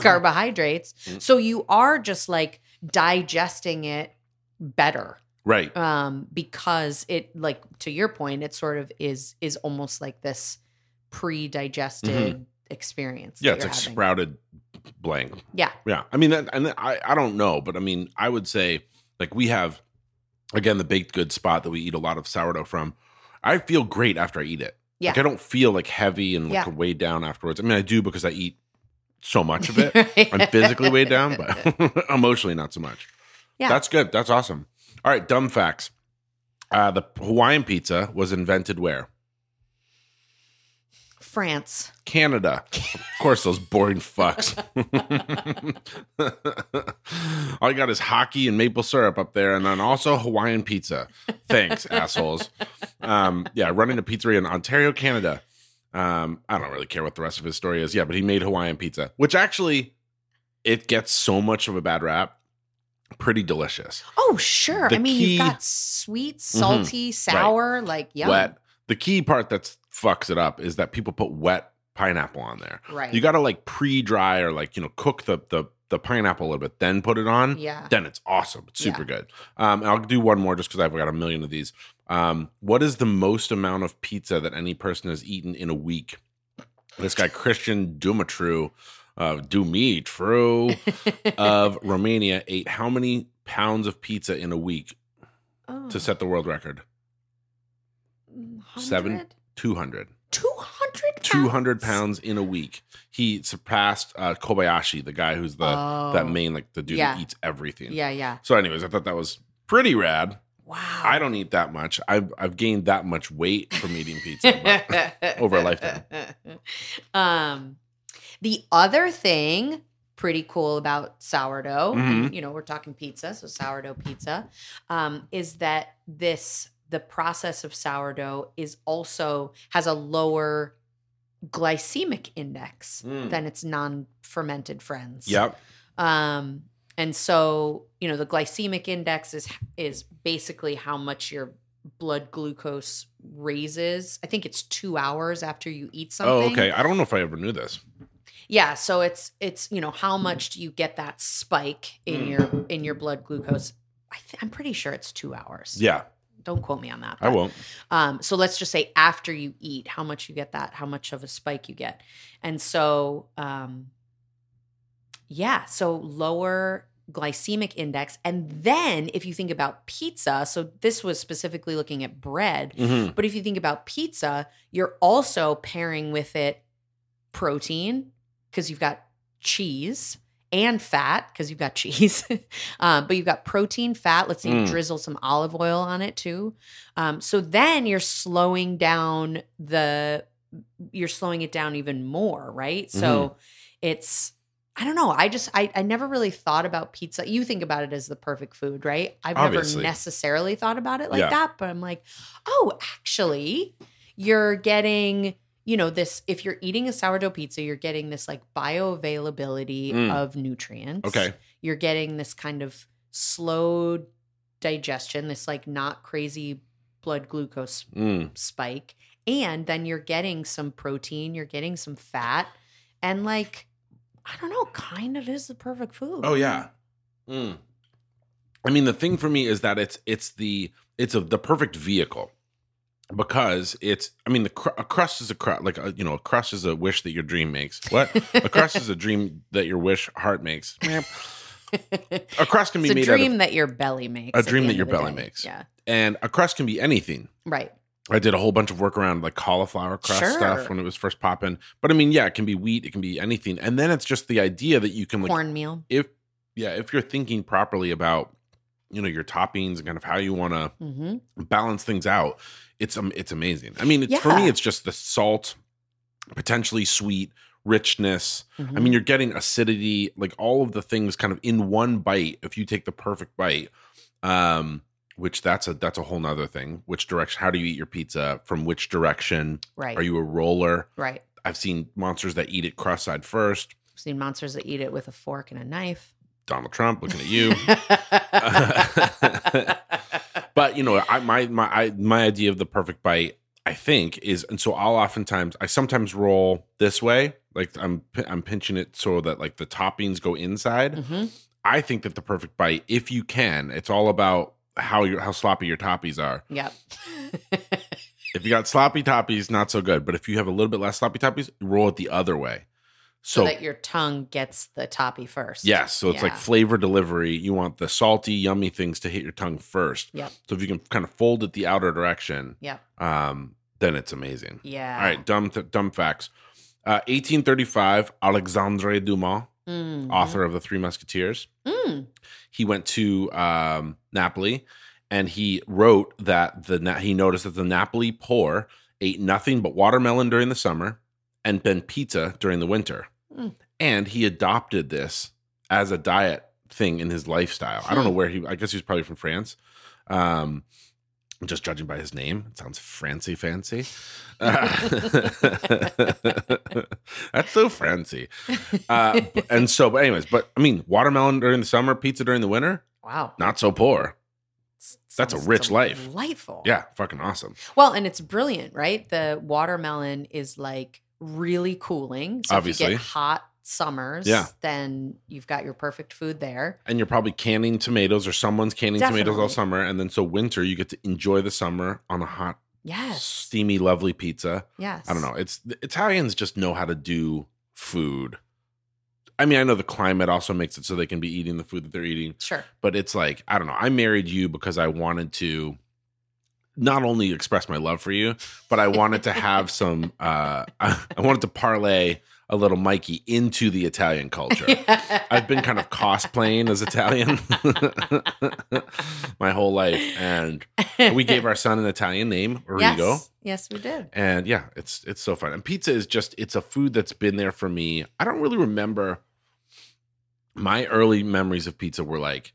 Speaker 2: carbohydrates.
Speaker 1: Uh-huh. Mm.
Speaker 2: So you are just like digesting it better
Speaker 1: right.
Speaker 2: um because it like to your point it sort of is is almost like this pre-digested experience
Speaker 1: Mm-hmm. Yeah, it's
Speaker 2: that you're
Speaker 1: like
Speaker 2: having.
Speaker 1: sprouted blank.
Speaker 2: Yeah.
Speaker 1: Yeah. I mean, that, and I, I don't know, but I mean, I would say like we have, again, the baked good spot that we eat a lot of sourdough from. I feel great after I eat it.
Speaker 2: Yeah.
Speaker 1: Like I don't feel like heavy and like way down afterwards. I mean, I do because I eat so much of it. I'm physically weighed down, but emotionally not so much.
Speaker 2: Yeah.
Speaker 1: That's good. That's awesome. All right, dumb facts. Uh, the Hawaiian pizza was invented where?
Speaker 2: france
Speaker 1: Canada. Of course, those boring fucks. All you got is hockey and maple syrup up there, and then also Hawaiian pizza. Thanks, assholes. Um, yeah, running a pizzeria in Ontario, Canada. Um, I don't really care what the rest of his story is. Yeah, but he made Hawaiian pizza, which actually it gets so much of a bad rap. Pretty delicious.
Speaker 2: oh sure
Speaker 1: The
Speaker 2: i mean
Speaker 1: key- Mm-hmm.
Speaker 2: you've got sweet salty sour like yum
Speaker 1: Wet. The key part that's fucks it up is that people put wet pineapple on there.
Speaker 2: right
Speaker 1: You got to like pre-dry or like you know cook the the the pineapple a little bit, then put it on.
Speaker 2: yeah
Speaker 1: Then it's awesome. It's super good. Um, and I'll do one more just because I've got a million of these. Um, what is the most amount of pizza that any person has eaten in a week? This guy Christian Dumitru, uh, Dumitru of Romania ate how many pounds of pizza in a week
Speaker 2: Oh. Hmm.
Speaker 1: to set the world record?
Speaker 2: Mm,
Speaker 1: seven- 200.
Speaker 2: 200
Speaker 1: 200 pounds in a week. He surpassed uh, Kobayashi, the guy who's the
Speaker 2: oh.
Speaker 1: that main like the dude
Speaker 2: Yeah.
Speaker 1: that eats everything.
Speaker 2: yeah Oh. yeah
Speaker 1: So, anyways, I thought that was pretty rad.
Speaker 2: wow
Speaker 1: I don't eat that much. I've I've gained that much weight from eating pizza. but- over a lifetime.
Speaker 2: Um, the other thing pretty cool about sourdough,
Speaker 1: Mm-hmm.
Speaker 2: and, you know, we're talking pizza, so sourdough pizza, um, is that this the process of sourdough is also has a lower glycemic index
Speaker 1: Mm.
Speaker 2: than its non-fermented friends.
Speaker 1: Yep.
Speaker 2: Um, and so, you know, the glycemic index is is basically how much your blood glucose raises. I think it's 2 hours after you eat something.
Speaker 1: Oh, okay. I don't know if I ever knew this.
Speaker 2: Yeah, so it's it's, you know, how much do you get that spike in
Speaker 1: Mm.
Speaker 2: your in your blood glucose? I th- I'm pretty sure it's 2 hours.
Speaker 1: Yeah,
Speaker 2: Don't quote me on that.
Speaker 1: I
Speaker 2: but-
Speaker 1: won't.
Speaker 2: um, so let's just say after you eat, how much you get that, how much of a spike you get. And so, um, yeah, so lower glycemic index. And then if you think about pizza, so this was specifically looking at bread,
Speaker 1: Mhm.
Speaker 2: but if you think about pizza, you're also pairing with it protein because you've got cheese and fat because you've got cheese. um, but you've got protein, fat. Let's say you
Speaker 1: Mm.
Speaker 2: drizzle some olive oil on it too. Um, so then you're slowing down the, you're slowing it down even more, right? So
Speaker 1: Mm-hmm.
Speaker 2: it's, I don't know. I just I, I never really thought about pizza. You think about it as the perfect food, right? I've
Speaker 1: Obviously.
Speaker 2: never necessarily thought about it like
Speaker 1: Yeah.
Speaker 2: that, but I'm like, oh, actually, you're getting, you know, this if you're eating a sourdough pizza, you're getting this like bioavailability
Speaker 1: Mm.
Speaker 2: of nutrients.
Speaker 1: Okay.
Speaker 2: You're getting this kind of slow digestion, this like not crazy blood glucose
Speaker 1: Mm.
Speaker 2: spike. And then you're getting some protein, you're getting some fat, and like, I don't know, kind of is the perfect food.
Speaker 1: Oh yeah. Mm. I mean, the thing for me is that it's it's the it's a, the perfect vehicle. because it's i mean the cr- a crust is a crust like a, you know a crust is a wish that your dream makes what a crust is a dream that your wish heart makes a
Speaker 2: it's
Speaker 1: crust can be
Speaker 2: a
Speaker 1: made out
Speaker 2: dream
Speaker 1: of
Speaker 2: that your belly makes.
Speaker 1: a
Speaker 2: at the
Speaker 1: dream that
Speaker 2: end
Speaker 1: your
Speaker 2: of the
Speaker 1: belly
Speaker 2: day.
Speaker 1: makes.
Speaker 2: Yeah.
Speaker 1: and a crust can be anything
Speaker 2: Right.
Speaker 1: i did a whole bunch of work around like cauliflower crust
Speaker 2: Sure.
Speaker 1: stuff when it was first popping but i mean yeah it can be wheat it can be anything and then it's just the idea that you can like
Speaker 2: Cornmeal.
Speaker 1: if yeah if you're thinking properly about you know your toppings and kind of how you want to
Speaker 2: hmm
Speaker 1: balance things out it's um it's amazing i mean it's, for
Speaker 2: Yeah.
Speaker 1: me it's just the salt potentially sweet richness
Speaker 2: Mm-hmm.
Speaker 1: i mean you're getting acidity like all of the things kind of in one bite if you take the perfect bite um which that's a that's a whole nother thing which direction how do you eat your pizza from which direction
Speaker 2: right.
Speaker 1: are you a roller
Speaker 2: right.
Speaker 1: i've seen monsters that eat it cross side first
Speaker 2: I've seen monsters that eat it with a fork and a knife. Mm-hmm.
Speaker 1: donald trump looking at you but you know I, my my I, my idea of the perfect bite i think is and so i'll oftentimes i sometimes roll this way like i'm pi- i'm pinching it so that like the toppings go inside
Speaker 2: Mhm.
Speaker 1: i think that the perfect bite if you can it's all about how your how sloppy your toppies are
Speaker 2: Yep.
Speaker 1: if you got sloppy toppies not so good but if you have a little bit less sloppy toppies roll it the other way
Speaker 2: so
Speaker 1: so,
Speaker 2: that your tongue gets the toppy first.
Speaker 1: Yes. So it's like
Speaker 2: Yeah.
Speaker 1: flavor delivery. You want the salty, yummy things to hit your tongue first.
Speaker 2: Yep.
Speaker 1: So if you can kind of fold it the outer direction,
Speaker 2: Yep.
Speaker 1: um, then it's amazing.
Speaker 2: Yeah.
Speaker 1: All right, dumb th- dumb facts. Uh, 1835, Alexandre Dumas,
Speaker 2: Mhm.
Speaker 1: author of the Three Musketeers,
Speaker 2: Mm.
Speaker 1: he went to um, Napoli and he wrote that the Na- he noticed that the Napoli poor ate nothing but watermelon during the summer and then pizza during the winter.
Speaker 2: Mm.
Speaker 1: And he adopted this as a diet thing in his lifestyle. I don't know where he I guess he was probably from France. Um just judging by his name, it sounds fancy fancy. that's so fancy. Uh, b- and so, but anyways, but I mean, watermelon during the summer, pizza during the winter,
Speaker 2: Wow.
Speaker 1: not so poor.
Speaker 2: S-
Speaker 1: that's a
Speaker 2: sounds
Speaker 1: rich life.
Speaker 2: Delightful.
Speaker 1: Yeah, fucking awesome.
Speaker 2: Well, and it's brilliant, right? The watermelon is like really cooling. So if
Speaker 1: Obviously.
Speaker 2: you get hot summers,
Speaker 1: Yeah.
Speaker 2: then you've got your perfect food there.
Speaker 1: And you're probably canning tomatoes, or someone's canning tomatoes all
Speaker 2: Definitely.
Speaker 1: summer, and then so winter you get to enjoy the summer on a hot,
Speaker 2: Yes.
Speaker 1: steamy, lovely pizza.
Speaker 2: Yes.
Speaker 1: I don't know. It's the Italians just know how to do food. I mean, I know the climate also makes it so they can be eating the food that they're eating,
Speaker 2: Sure.
Speaker 1: but it's like I don't know. I married you because I wanted to not only express my love for you, but I wanted to have some. Uh, I wanted to parlay a little Mikey into the Italian culture. I've been kind of cosplaying as Italian my whole life, and we gave our son an Italian name, Rigo.
Speaker 2: Yes. Yes, we did.
Speaker 1: And yeah, it's it's so fun. And pizza is just it's a food that's been there for me. I don't really remember my early memories of pizza were like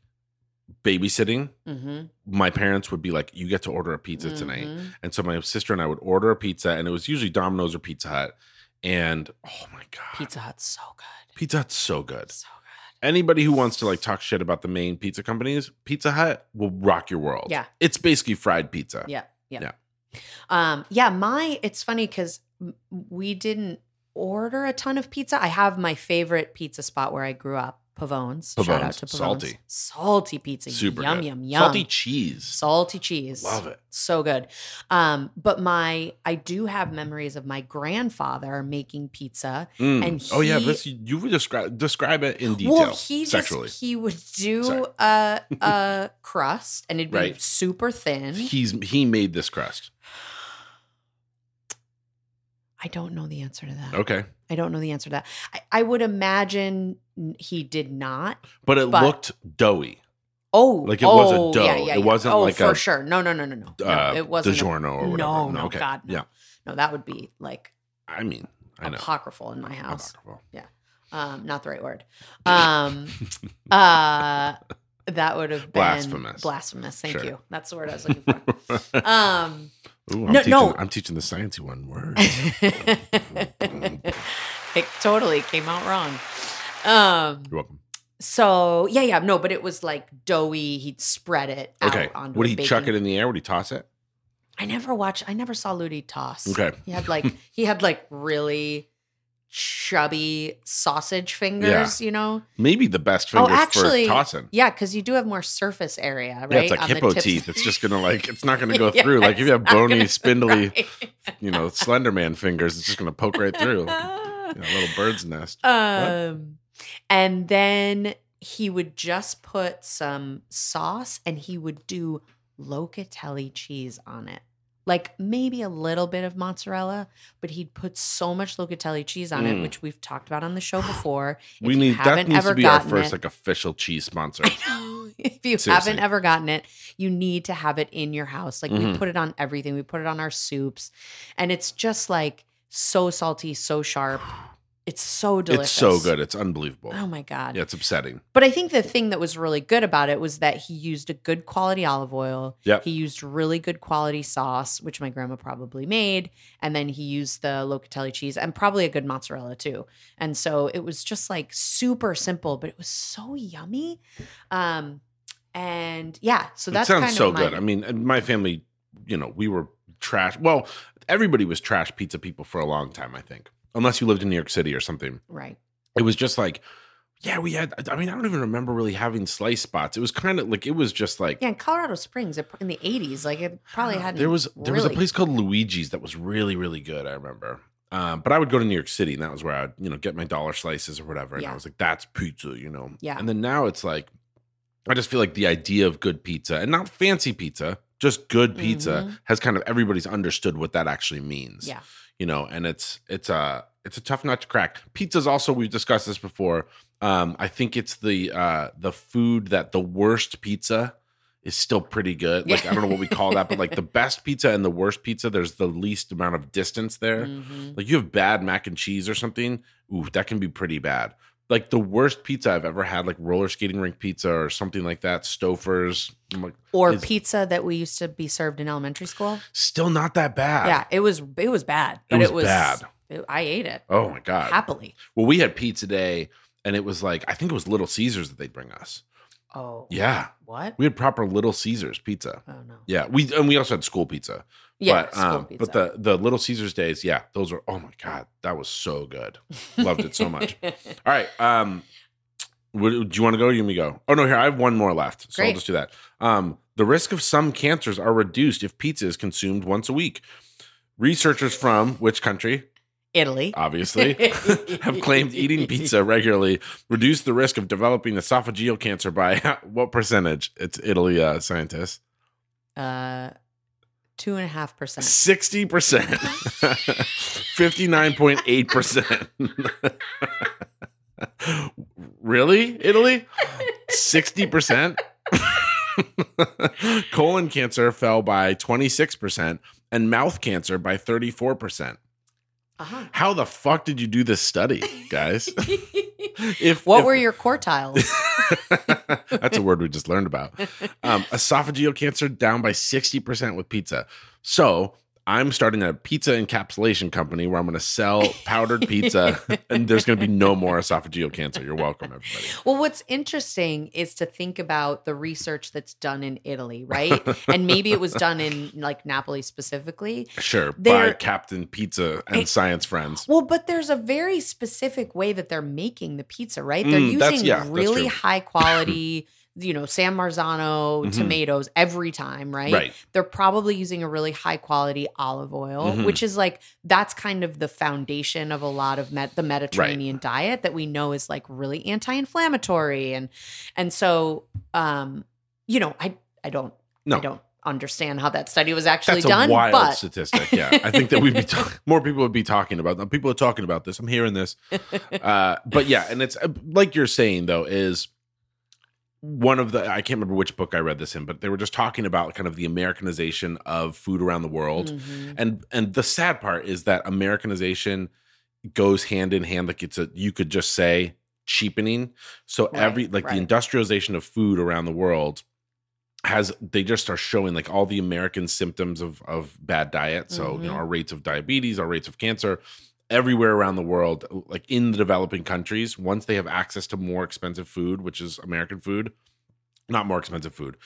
Speaker 1: babysitting.
Speaker 2: Mm-hmm.
Speaker 1: My parents would be like, "You get to order a pizza tonight." And so my sister and I would order a pizza and it was usually Domino's or Pizza Hut. And oh my god.
Speaker 2: Pizza Hut's so good.
Speaker 1: Pizza Hut's so good.
Speaker 2: So good.
Speaker 1: Anybody who wants to like talk shit about the main pizza companies, Pizza Hut will rock your world.
Speaker 2: Yeah.
Speaker 1: It's basically fried pizza.
Speaker 2: Yeah. Yeah. Um, yeah, my it's funny because we didn't order a ton of pizza. I have my favorite pizza spot where I grew up, Pavone's. Shout out
Speaker 1: Pavone's.
Speaker 2: to Pavone's.
Speaker 1: Salty.
Speaker 2: salty pizza.
Speaker 1: Super
Speaker 2: yum
Speaker 1: good.
Speaker 2: yum yum.
Speaker 1: Salty cheese.
Speaker 2: salty cheese.
Speaker 1: Love it.
Speaker 2: So good. Um, but my I do have memories of my grandfather making pizza.
Speaker 1: Mm.
Speaker 2: And
Speaker 1: oh yeah,
Speaker 2: he-
Speaker 1: this you, you would describe describe it in detail
Speaker 2: well, he
Speaker 1: sexually.
Speaker 2: just he would do
Speaker 1: Sorry.
Speaker 2: a, a crust and it'd be
Speaker 1: Right.
Speaker 2: super thin.
Speaker 1: He's he made this crust.
Speaker 2: I don't know the answer to that.
Speaker 1: Okay,
Speaker 2: I don't know the answer to that. I, I would imagine n- he did not.
Speaker 1: but it
Speaker 2: But-
Speaker 1: looked doughy.
Speaker 2: Oh,
Speaker 1: Like, it was a
Speaker 2: oh,
Speaker 1: dough. It wasn't
Speaker 2: oh,
Speaker 1: like
Speaker 2: for
Speaker 1: a,
Speaker 2: sure. No, no, no, no, no. No,
Speaker 1: uh,
Speaker 2: it wasn't. a-
Speaker 1: DiGiorno or whatever.
Speaker 2: No, no,
Speaker 1: okay.
Speaker 2: God, no.
Speaker 1: Yeah,
Speaker 2: no, that would be like
Speaker 1: I mean, I know.
Speaker 2: apocryphal in my house.
Speaker 1: Apocryphal.
Speaker 2: Um, not the right word. Um, uh, that would have been
Speaker 1: Blasphemous.
Speaker 2: Blasphemous. Thank
Speaker 1: Sure.
Speaker 2: you. That's the word I was looking for. um,
Speaker 1: Ooh, I'm
Speaker 2: No,
Speaker 1: teaching,
Speaker 2: no.
Speaker 1: I'm teaching the sciencey one word.
Speaker 2: it totally came out wrong. Um,
Speaker 1: You're welcome.
Speaker 2: So yeah, yeah, no, but it was like doughy. He'd spread it out
Speaker 1: Okay,
Speaker 2: onto
Speaker 1: would
Speaker 2: a
Speaker 1: he chuck it
Speaker 2: baking-
Speaker 1: in the air? Would he toss it?
Speaker 2: I never watched. I never saw Ludi toss.
Speaker 1: Okay,
Speaker 2: he had like he had like really chubby sausage fingers, you know?
Speaker 1: Maybe the best fingers
Speaker 2: Oh, actually,
Speaker 1: for tossing.
Speaker 2: Yeah, because you do have more surface area, right?
Speaker 1: Yeah, it's like
Speaker 2: on the
Speaker 1: hippo
Speaker 2: tips.
Speaker 1: teeth. It's just gonna like it's not gonna go
Speaker 2: Yeah,
Speaker 1: through. Like if you have
Speaker 2: it's not
Speaker 1: bony,
Speaker 2: gonna-
Speaker 1: spindly,
Speaker 2: Right.
Speaker 1: you know, Slenderman fingers, it's just gonna poke right through. Like, you know, a little bird's nest.
Speaker 2: Um, and then he would just put some sauce and he would do locatelli cheese on it. Like maybe a little bit of mozzarella, but he'd put so much locatelli cheese on it,
Speaker 1: Mm.
Speaker 2: which we've talked about on the show before. If
Speaker 1: we
Speaker 2: you
Speaker 1: need that
Speaker 2: haven't
Speaker 1: needs to
Speaker 2: ever
Speaker 1: be our
Speaker 2: gotten
Speaker 1: first
Speaker 2: it-
Speaker 1: like official cheese sponsor.
Speaker 2: I know. If you
Speaker 1: Seriously.
Speaker 2: haven't ever gotten it, you need to have it in your house. Like
Speaker 1: Mhm.
Speaker 2: we put it on everything. We put it on our soups. And it's just like so salty, so sharp. It's so
Speaker 1: It's
Speaker 2: delicious.
Speaker 1: so good. It's unbelievable.
Speaker 2: Oh my God.
Speaker 1: Yeah, it's upsetting.
Speaker 2: But I think the thing that was really good about it was that he used a good quality olive oil.
Speaker 1: Yep.
Speaker 2: He used really good quality sauce, which my grandma probably made. And then he used the locatelli cheese and probably a good mozzarella too. And so it was just like super simple, but it was so yummy. Um, and yeah, so
Speaker 1: That
Speaker 2: that's
Speaker 1: sounds
Speaker 2: kind of
Speaker 1: so
Speaker 2: my-
Speaker 1: good. I mean, and my family, you know, we were trash. Well, everybody was trash pizza people for a long time, I think. Unless you lived in New York City or something.
Speaker 2: right.
Speaker 1: It was just like, yeah, we had I mean, I don't even remember really having slice spots. It was kind of like it was just like
Speaker 2: Yeah, in Colorado Springs it- in the 80s, like it probably hadn't.
Speaker 1: Uh, There was there was a
Speaker 2: really-
Speaker 1: place called Luigi's that was really really good. I remember. Um, but I would go to New York City, and that was where I'd you know get my dollar slices or whatever, and I
Speaker 2: Yeah.
Speaker 1: was like, "That's pizza," you know.
Speaker 2: Yeah.
Speaker 1: And then now it's like, I just feel like the idea of good pizza and not fancy pizza, just good pizza,
Speaker 2: Mhm.
Speaker 1: has kind of everybody's understood what that actually means.
Speaker 2: Yeah.
Speaker 1: You know, and it's it's a it's a tough nut to crack. Pizza's also we've discussed this before. Um, I think it's the uh the food that the worst pizza is still pretty good. Like I don't know what we call that, but like the best pizza and the worst pizza, there's the least amount of distance there.
Speaker 2: Mhm.
Speaker 1: Like you have bad mac and cheese or something, ooh, that can be pretty bad. Like the worst pizza I've ever had, like roller skating rink pizza or something like that, Stouffer's. I'm like,
Speaker 2: Or
Speaker 1: is-
Speaker 2: pizza that we used to be served in elementary school.
Speaker 1: still not that bad.
Speaker 2: Yeah, it was it was bad, but
Speaker 1: was
Speaker 2: it was
Speaker 1: bad.
Speaker 2: it- I ate it
Speaker 1: Oh my god.
Speaker 2: happily.
Speaker 1: Well, we had pizza day, and it was like I think it was Little Caesars that they'd bring us.
Speaker 2: Oh
Speaker 1: Yeah,
Speaker 2: what?
Speaker 1: we had proper Little Caesars pizza.
Speaker 2: oh no.
Speaker 1: Yeah, we and we also had school pizza.
Speaker 2: Yeah,
Speaker 1: but,
Speaker 2: school
Speaker 1: um,
Speaker 2: pizza.
Speaker 1: but the the Little Caesars days, yeah, those were oh my god, that was so good. loved it so much. All right, um, what, do you want to go? Or you want me to go? Oh no, here I have one more left, so I'll
Speaker 2: Great.
Speaker 1: just do that. Um, the risk of some cancers are reduced if pizza is consumed once a week. Researchers from which country?
Speaker 2: Italy.
Speaker 1: obviously, have claimed eating pizza regularly reduced the risk of developing esophageal cancer by what percentage? It's Italy uh, scientists.
Speaker 2: Uh, two and a half percent.
Speaker 1: 60%. 59.8%. really? Italy? 60%? Colon cancer fell by 26% and mouth cancer by 34%.
Speaker 2: Uh-huh.
Speaker 1: How the fuck did you do this study, guys? if
Speaker 2: what
Speaker 1: if-
Speaker 2: were your quartiles?
Speaker 1: that's a word we just learned about. Um, esophageal cancer down by 60% with pizza. So I'm starting a pizza encapsulation company where I'm going to sell powdered pizza and there's going to be no more esophageal cancer. You're welcome, everybody.
Speaker 2: Well, what's interesting is to think about the research that's done in Italy, right? and maybe it was done in like Napoli specifically.
Speaker 1: Sure. by
Speaker 2: They're-
Speaker 1: Captain Pizza and Science Friends.
Speaker 2: Well, but there's a very specific way that they're making the pizza, right? They're
Speaker 1: Mm, that's-
Speaker 2: using
Speaker 1: yeah, that's
Speaker 2: really
Speaker 1: true.
Speaker 2: high quality, you know, San Marzano
Speaker 1: Mhm.
Speaker 2: tomatoes every time, right?
Speaker 1: Right.
Speaker 2: They're probably using a really high quality olive oil,
Speaker 1: Mhm.
Speaker 2: which is like that's kind of the foundation of a lot of med- the Mediterranean diet that we know is like really anti-inflammatory and and so um you know, I I don't
Speaker 1: No.
Speaker 2: I don't understand how that study was actually
Speaker 1: That's
Speaker 2: done,
Speaker 1: a wild
Speaker 2: but
Speaker 1: statistic. Yeah, I think that we'd be talk- more people would be talking about them. People are talking about this. I'm hearing this, uh, but yeah, and it's uh, like you're saying though is one of the I can't remember which book I read this in, but they were just talking about kind of the Americanization of food around the world,
Speaker 2: Mhm.
Speaker 1: and and the sad part is that Americanization goes hand in hand. Like it's a you could just say cheapening. So
Speaker 2: Right,
Speaker 1: every like
Speaker 2: right.
Speaker 1: the industrialization of food around the world has they just are showing like all the American symptoms of of bad diet. So you know
Speaker 2: Mhm.
Speaker 1: our rates of diabetes, our rates of cancer. Everywhere around the world, like in the developing countries, once they have access to more expensive food, which is American food, not more expensive food,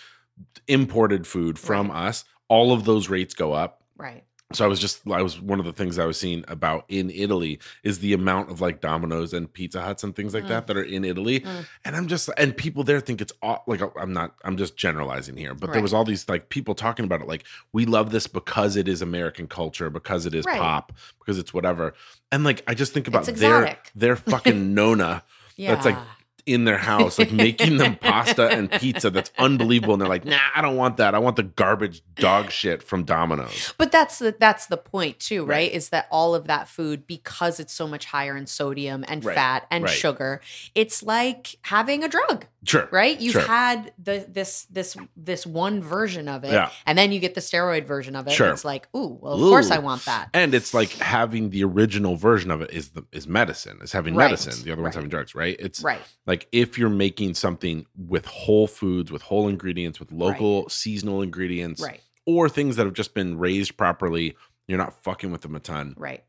Speaker 1: imported food from us, all of those rates go up
Speaker 2: right.
Speaker 1: so I was just I was one of the things I was seeing about in Italy is the amount of like Domino's and Pizza Huts and things like
Speaker 2: Mm.
Speaker 1: that that are in Italy,
Speaker 2: Mm.
Speaker 1: and I'm just and people there think it's aw- like oh, I'm not I'm just generalizing here, but
Speaker 2: Right.
Speaker 1: there was all these like people talking about it like we love this because it is American culture because it is
Speaker 2: Right.
Speaker 1: pop because it's whatever, and like I just think about
Speaker 2: It's
Speaker 1: their
Speaker 2: exotic.
Speaker 1: their fucking Nona
Speaker 2: Yeah.
Speaker 1: That's like- in their house like making them pasta and pizza that's unbelievable, and they're like nah I don't want that I want the garbage dog shit from Domino's.
Speaker 2: But that's the that's the point too, right?
Speaker 1: Right.
Speaker 2: Is that all of that food because it's so much higher in sodium and
Speaker 1: Right,
Speaker 2: fat and
Speaker 1: right.
Speaker 2: sugar, it's like having a drug,
Speaker 1: Sure.
Speaker 2: right? You've
Speaker 1: Sure.
Speaker 2: had the this this this one version of it,
Speaker 1: Yeah.
Speaker 2: and then you get the steroid version of it. and
Speaker 1: Sure.
Speaker 2: it's like, ooh, well, of
Speaker 1: Ooh.
Speaker 2: course I want that.
Speaker 1: And it's like having the original version of it is the is medicine. Is having
Speaker 2: Right.
Speaker 1: medicine. The other one's
Speaker 2: Right.
Speaker 1: having drugs, right? It's
Speaker 2: Right.
Speaker 1: like if you're making something with whole foods, with whole ingredients, with local seasonal ingredients,
Speaker 2: Right.
Speaker 1: or things that have just been raised properly, you're not fucking with them a ton.
Speaker 2: Right.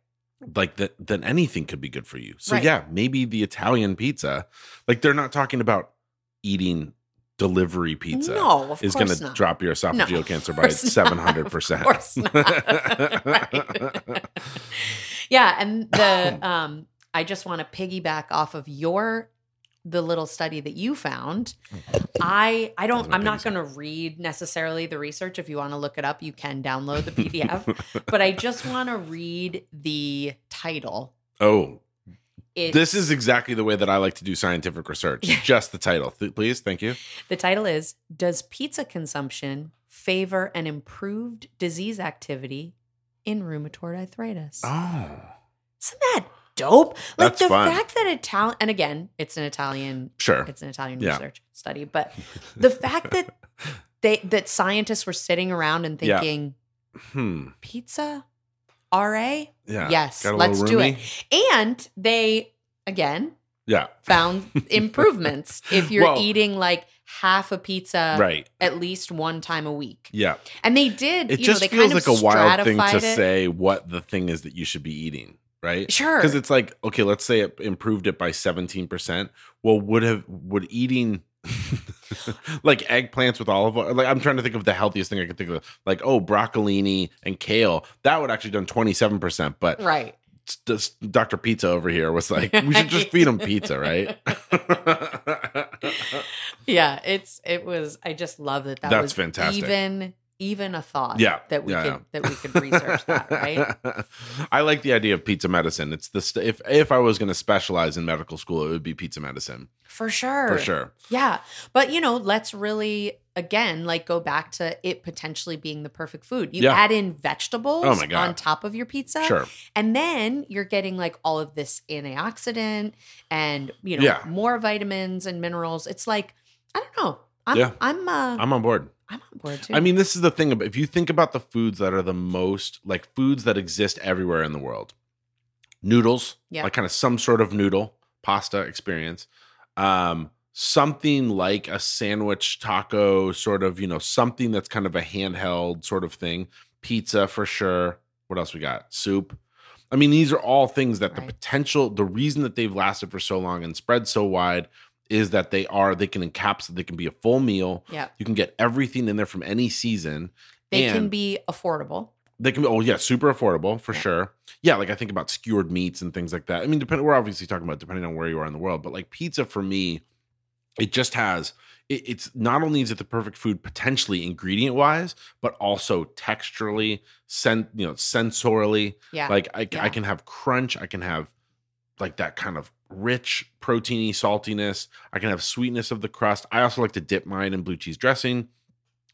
Speaker 1: Like that then anything could be good for you. So
Speaker 2: Right.
Speaker 1: yeah, maybe the Italian pizza, like they're not talking about eating delivery pizza.
Speaker 2: No, of
Speaker 1: Is going
Speaker 2: course
Speaker 1: to
Speaker 2: not.
Speaker 1: drop your esophageal
Speaker 2: No,
Speaker 1: cancer
Speaker 2: of
Speaker 1: by
Speaker 2: course not.
Speaker 1: seven hundred percent.
Speaker 2: Of course not. Right. yeah, and the um, I just want to piggyback off of your the little study that you found. I I
Speaker 1: Doesn't
Speaker 2: don't.
Speaker 1: have
Speaker 2: I'm not
Speaker 1: piggyback.
Speaker 2: going to read necessarily the research. If you want to look it up, you can download the PDF. but I just want to read the title.
Speaker 1: Oh,
Speaker 2: It,
Speaker 1: this is exactly the way that I like to do scientific research.
Speaker 2: Yeah.
Speaker 1: Just the title, Th- please. Thank you.
Speaker 2: the title is Does Pizza Consumption Favor an Improved Disease Activity in Rheumatoid Arthritis?
Speaker 1: Oh,
Speaker 2: Isn't that dope? Like
Speaker 1: That's
Speaker 2: the
Speaker 1: fun.
Speaker 2: fact that Italian, and again, it's an Italian,
Speaker 1: sure.
Speaker 2: it's an Italian
Speaker 1: Yeah.
Speaker 2: research study, but the fact that they that scientists were sitting around and
Speaker 1: Yeah.
Speaker 2: thinking
Speaker 1: hmm.
Speaker 2: pizza, RA,
Speaker 1: Yeah.
Speaker 2: yes,
Speaker 1: Got a
Speaker 2: let's
Speaker 1: little
Speaker 2: do
Speaker 1: roomy?
Speaker 2: it, and they again
Speaker 1: Yeah.
Speaker 2: found improvements if you're
Speaker 1: Well-
Speaker 2: eating like half a pizza
Speaker 1: right.
Speaker 2: at least one time a week,
Speaker 1: Yeah.
Speaker 2: and they did.
Speaker 1: It
Speaker 2: you
Speaker 1: just
Speaker 2: know, they
Speaker 1: feels
Speaker 2: kind
Speaker 1: like
Speaker 2: of
Speaker 1: a wild thing to
Speaker 2: stratified it.
Speaker 1: say what the thing is that you should be eating, right?
Speaker 2: Sure,
Speaker 1: Because it's like, okay, let's say it improved it by 17%. Well, would have, would eating like eggplants with olive oil, like I'm trying to think of the healthiest thing I could think of, like, oh, broccolini and kale, that would actually done 27%, but
Speaker 2: right.
Speaker 1: s- Dr. Pizza over here was like, we should just feed him pizza, right?
Speaker 2: yeah it's it was i just love that that
Speaker 1: That's
Speaker 2: was
Speaker 1: fantastic.
Speaker 2: even even a thought
Speaker 1: Yeah,
Speaker 2: that we
Speaker 1: yeah,
Speaker 2: could that we could research that right
Speaker 1: I like the idea of pizza medicine. It's the st- if if I was going to specialize in medical school, it would be pizza medicine
Speaker 2: for sure
Speaker 1: for sure.
Speaker 2: yeah but you know let's really again like go back to it potentially being the perfect food you
Speaker 1: Yeah.
Speaker 2: add in vegetables
Speaker 1: Oh my God.
Speaker 2: on top of your pizza
Speaker 1: Sure,
Speaker 2: and then you're getting like all of this antioxidant and you know
Speaker 1: Yeah.
Speaker 2: more vitamins and minerals it's like i don't know i'm
Speaker 1: Yeah.
Speaker 2: i'm uh, I'm,
Speaker 1: I'm on board.
Speaker 2: on board too
Speaker 1: I mean, this is the thing. about- If you think about the foods that are the most like foods that exist everywhere in the world, noodles,
Speaker 2: Yeah.
Speaker 1: like kind of some sort of noodle pasta experience, um, something like a sandwich, taco, sort of, you know, something that's kind of a handheld sort of thing. Pizza for sure. What else we got? Soup. I mean, these are all things that the
Speaker 2: Right.
Speaker 1: potential, the reason that they've lasted for so long and spread so wide is that they are, they can encapsulate, they can be a full meal.
Speaker 2: yeah
Speaker 1: You can get everything in there from any season.
Speaker 2: they can
Speaker 1: and-
Speaker 2: be affordable
Speaker 1: They can be, oh yeah, super affordable for
Speaker 2: Yeah.
Speaker 1: sure. Yeah, like I think about skewered meats and things like that. I mean, depend, we're obviously talking about depending on where you are in the world, but like pizza for me, it just has it, it's not only is it the perfect food potentially ingredient wise, but also texturally, sen, you know, sensorily.
Speaker 2: yeah
Speaker 1: Like I,
Speaker 2: Yeah.
Speaker 1: I can have crunch. I can have like that kind of rich proteiny saltiness. I can have sweetness of the crust. I also like to dip mine in blue cheese dressing.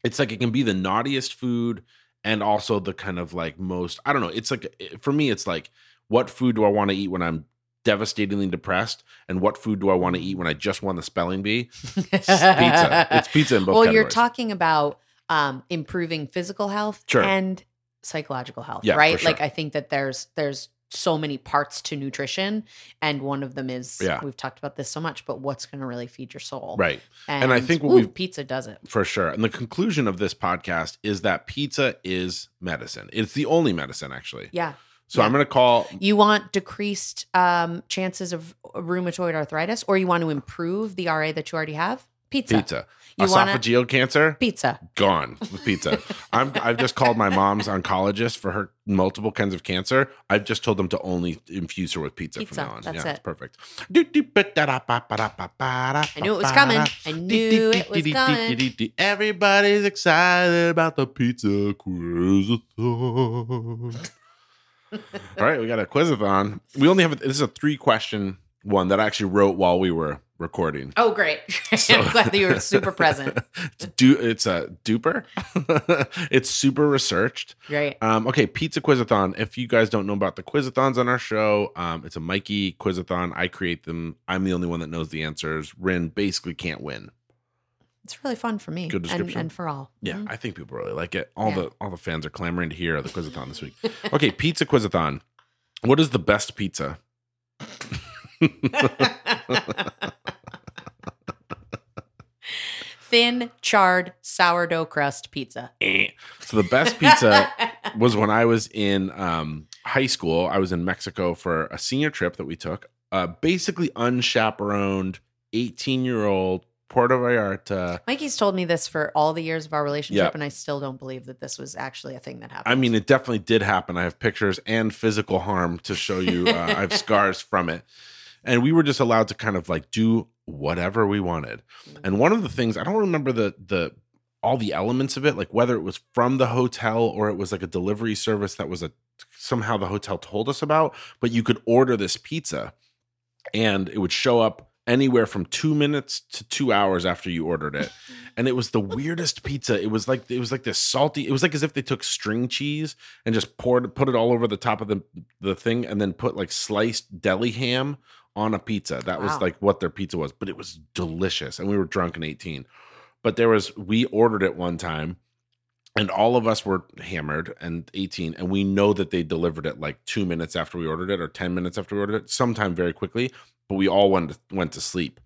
Speaker 1: It's like it can be the naughtiest food and also the kind of like most I don't know. It's like it- for me, it's like what food do I want to eat when I'm devastatingly depressed, and what food do I want to eat when I just won the spelling bee? It's pizza. It's pizza in both.
Speaker 2: well, you're
Speaker 1: categories.
Speaker 2: talking about um, improving physical health
Speaker 1: Sure.
Speaker 2: and psychological health,
Speaker 1: Yeah, for
Speaker 2: right? Like
Speaker 1: sure.
Speaker 2: I think that there's there's so many parts to nutrition, and one of them is
Speaker 1: Yeah.
Speaker 2: we've talked about this so much, but what's going to really feed your soul,
Speaker 1: right. And I think what
Speaker 2: ooh,
Speaker 1: we've-
Speaker 2: pizza does it.
Speaker 1: For sure. And the conclusion of this podcast is that pizza is medicine. It's the only medicine, actually.
Speaker 2: Yeah,
Speaker 1: So I'm going to call.
Speaker 2: you want decreased um, chances of rheumatoid arthritis, or you want to improve the RA that you already have. Pizza.
Speaker 1: Pizza.
Speaker 2: You want to
Speaker 1: Esophageal cancer
Speaker 2: pizza.
Speaker 1: gone with pizza. I'm, I've just called my mom's oncologist for her multiple kinds of cancer. I've just told them to only infuse her with pizza,
Speaker 2: Pizza,
Speaker 1: from now on.
Speaker 2: that's
Speaker 1: yeah,
Speaker 2: it.
Speaker 1: it's perfect. I
Speaker 2: I knew it was coming. I knew it was coming.
Speaker 1: Everybody's excited about the pizza quizathon. All right, we got a quizathon. We only have this is a three question one that I actually wrote while we were recording.
Speaker 2: Oh, great.
Speaker 1: So-
Speaker 2: I'm glad that you were super present.
Speaker 1: It's du- it's a duper. it's super researched.
Speaker 2: Great.
Speaker 1: Um, okay, Pizza Quizathon. If you guys don't know about the Quizathons on our show, um, it's a Mikey Quizathon. I create them. I'm the only one that knows the answers. Rin basically can't win.
Speaker 2: It's really fun for me
Speaker 1: Good
Speaker 2: and,
Speaker 1: description.
Speaker 2: and for all.
Speaker 1: Yeah,
Speaker 2: Mhm.
Speaker 1: I think people really like it. All
Speaker 2: Yeah.
Speaker 1: the all the fans are clamoring to hear the Quizathon this week. Okay, Pizza Quizathon. What is the best pizza?
Speaker 2: Mm-hmm. Thin charred sourdough crust pizza.
Speaker 1: Eh. so the best pizza was when I was in um, high school. I was in Mexico for a senior trip that we took. Uh, basically unchaperoned, 18 year old Puerto Vallarta.
Speaker 2: Mikey's told me this for all the years of our relationship,
Speaker 1: Yeah.
Speaker 2: and I still don't believe that this was actually a thing that happened.
Speaker 1: I mean, it definitely did happen. I have pictures and physical harm to show you. Uh, I have scars from it. And we were just allowed to kind of like do whatever we wanted. And one of the things I don't remember the the all the elements of it, like whether it was from the hotel or it was like a delivery service that was a somehow the hotel told us about, but you could order this pizza and it would show up anywhere from 2 minutes to 2 hours after you ordered it. And it was the weirdest pizza. It was like it was like this salty, it was like as if they took string cheese and just poured put it all over the top of the the thing and then put like sliced deli ham on a pizza. That was
Speaker 2: Wow.
Speaker 1: like what their pizza was, but it was delicious and we were drunk and 18 but there was we ordered it one time and all of us were hammered and 18 and we know that they delivered it like two minutes after we ordered it or 10 minutes after we ordered it sometime very quickly but we all went to, went to sleep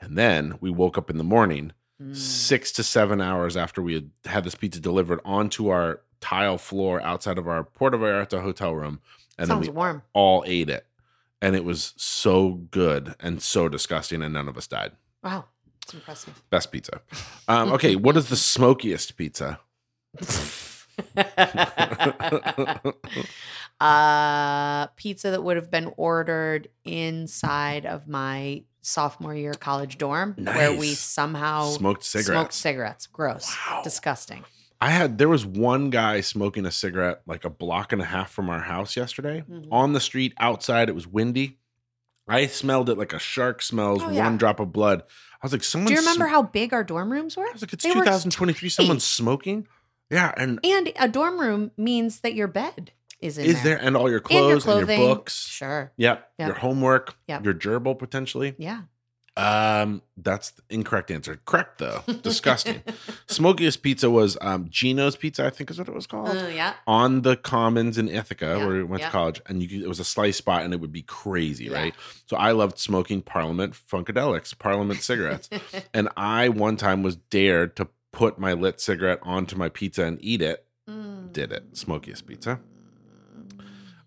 Speaker 1: and then we woke up in the morning
Speaker 2: Mm.
Speaker 1: six to seven hours after we had had this pizza delivered onto our tile floor outside of our puerto vallarta hotel room and
Speaker 2: sounds
Speaker 1: then we
Speaker 2: warm.
Speaker 1: all ate it and it was so good and so disgusting and none of us died
Speaker 2: Wow, it's impressive.
Speaker 1: Best pizza. Um, okay, what is the smokiest pizza?
Speaker 2: uh, pizza that would have been ordered inside of my sophomore year college dorm, where we
Speaker 1: Nice.
Speaker 2: somehow
Speaker 1: Smoked cigarettes.
Speaker 2: Oh, smoked cigarettes. Gross,
Speaker 1: Wow.
Speaker 2: disgusting.
Speaker 1: I had there was one guy smoking a cigarette like a block and a half from our house yesterday
Speaker 2: Mhm.
Speaker 1: on the street outside. It was windy. I smelled it like a shark smells
Speaker 2: Oh,
Speaker 1: one
Speaker 2: yeah.
Speaker 1: drop of blood. I was like, someone.
Speaker 2: Do you remember
Speaker 1: sm-
Speaker 2: how big our dorm rooms were?
Speaker 1: I was like, it's
Speaker 2: they were
Speaker 1: 2023. Someone's smoking. Yeah, and
Speaker 2: And a dorm room means that your bed is in
Speaker 1: is there and all your clothes and your, books.
Speaker 2: Sure.
Speaker 1: Yep,
Speaker 2: Yep.
Speaker 1: your homework.
Speaker 2: Yep.
Speaker 1: your gerbil potentially.
Speaker 2: Yeah.
Speaker 1: Um, that's the incorrect answer. Correct though. Disgusting. Smokiest pizza was um, Gino's Pizza, I think is what it was called,
Speaker 2: Oh, yeah.
Speaker 1: on the Commons in Ithaca,
Speaker 2: Yeah,
Speaker 1: where we went
Speaker 2: yeah.
Speaker 1: to college, and you could, it was a slice spot, and it would be crazy,
Speaker 2: Yeah.
Speaker 1: right? So I loved smoking Parliament Funkadelics, Parliament cigarettes, and I one time was dared to put my lit cigarette onto my pizza and eat it.
Speaker 2: Mm.
Speaker 1: Did it? Smokiest pizza.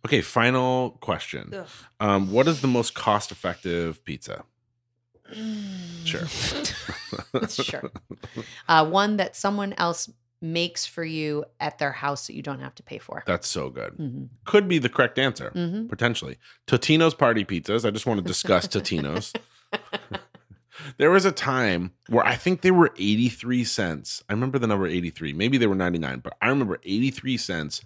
Speaker 1: Okay, final question.
Speaker 2: Ugh.
Speaker 1: Um, what is the most cost-effective pizza? Sure.
Speaker 2: Mm. sure. Uh, one that someone else makes for you at their house that you don't have to pay for.
Speaker 1: That's so good.
Speaker 2: hmm
Speaker 1: Could be the correct answer.
Speaker 2: hmm
Speaker 1: potentially. Totino's party pizzas. I just want to discuss Totino's. there was a time where I think they were 83 cents. I remember the number 83. Maybe they were 99, but I remember 83 cents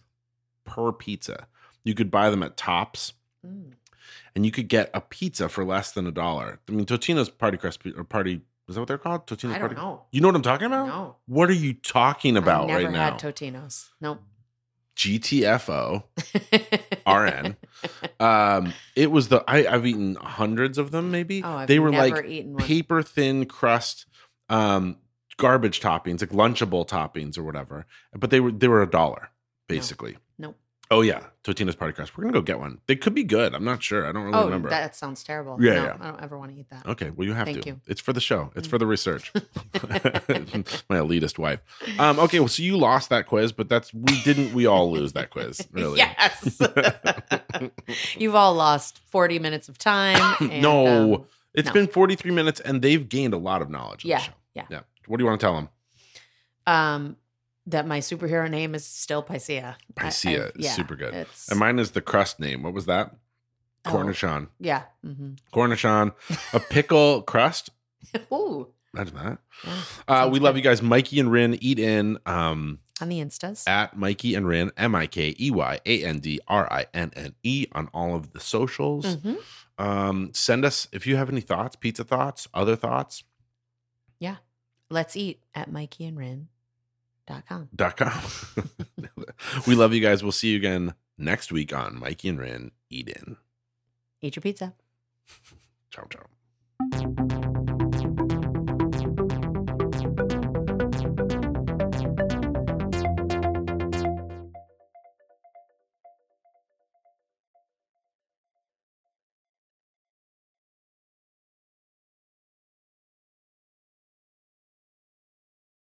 Speaker 1: per pizza. You could buy them at Tops
Speaker 2: Mm.
Speaker 1: and you could get a pizza for less than a dollar. I mean, Totino's party crust pi- or party is that what they're called? Totino's
Speaker 2: I don't
Speaker 1: party.
Speaker 2: know.
Speaker 1: You know what I'm talking about?
Speaker 2: No.
Speaker 1: What are you talking about
Speaker 2: I've never
Speaker 1: right now?
Speaker 2: had Totino's. Nope.
Speaker 1: GTFO. RN. Um, it was the I, I've eaten hundreds of them. Maybe
Speaker 2: Oh, I've
Speaker 1: they were
Speaker 2: never
Speaker 1: like
Speaker 2: eaten one.
Speaker 1: paper thin crust, um, garbage toppings, like lunchable toppings or whatever. But they were they were a dollar basically.
Speaker 2: Nope.
Speaker 1: Oh yeah, Totino's party crust. We're gonna go get one. They could be good. I'm not sure. I don't really
Speaker 2: oh,
Speaker 1: remember.
Speaker 2: that sounds terrible.
Speaker 1: Yeah,
Speaker 2: No,
Speaker 1: yeah. Oh,
Speaker 2: I don't ever want to eat that.
Speaker 1: Okay, well you have
Speaker 2: Thank
Speaker 1: to.
Speaker 2: you. Mm.
Speaker 1: It's for the show. It's for the research. My elitist wife. Um, okay, well, so you lost that quiz, but that's we didn't. We all lose that quiz, really.
Speaker 2: Yes. You've all lost 40 minutes of time. And,
Speaker 1: No.
Speaker 2: um,
Speaker 1: It's
Speaker 2: No.
Speaker 1: been 43 minutes and they've gained a lot of knowledge. on the
Speaker 2: yeah.
Speaker 1: show.
Speaker 2: Yeah.
Speaker 1: Yeah. What do you want to tell them?
Speaker 2: Um, that my superhero name is still Picea. I- I-
Speaker 1: Picea is super good.
Speaker 2: It's,
Speaker 1: And mine is the crust name. What was that?
Speaker 2: Oh.
Speaker 1: Cornichon.
Speaker 2: yeah. hmm
Speaker 1: Cornichon. A pickle crust.
Speaker 2: Ooh.
Speaker 1: Imagine that.
Speaker 2: Yeah.
Speaker 1: Uh,
Speaker 2: Sounds
Speaker 1: we love you
Speaker 2: good.
Speaker 1: guys. Mikey and Rin, eat in. Um,
Speaker 2: On the Instas.
Speaker 1: at Mikey and Rin, M I K E Y A N D R I N N E on all of the socials.
Speaker 2: Mhm.
Speaker 1: Um, send us if you have any thoughts, pizza thoughts, other thoughts.
Speaker 2: Let's eat at mikeyandrin.com.
Speaker 1: Dot com. we love you guys. We'll see you again next week on Mikey and Rin Eat In.
Speaker 2: Eat your pizza.
Speaker 1: Ciao, ciao.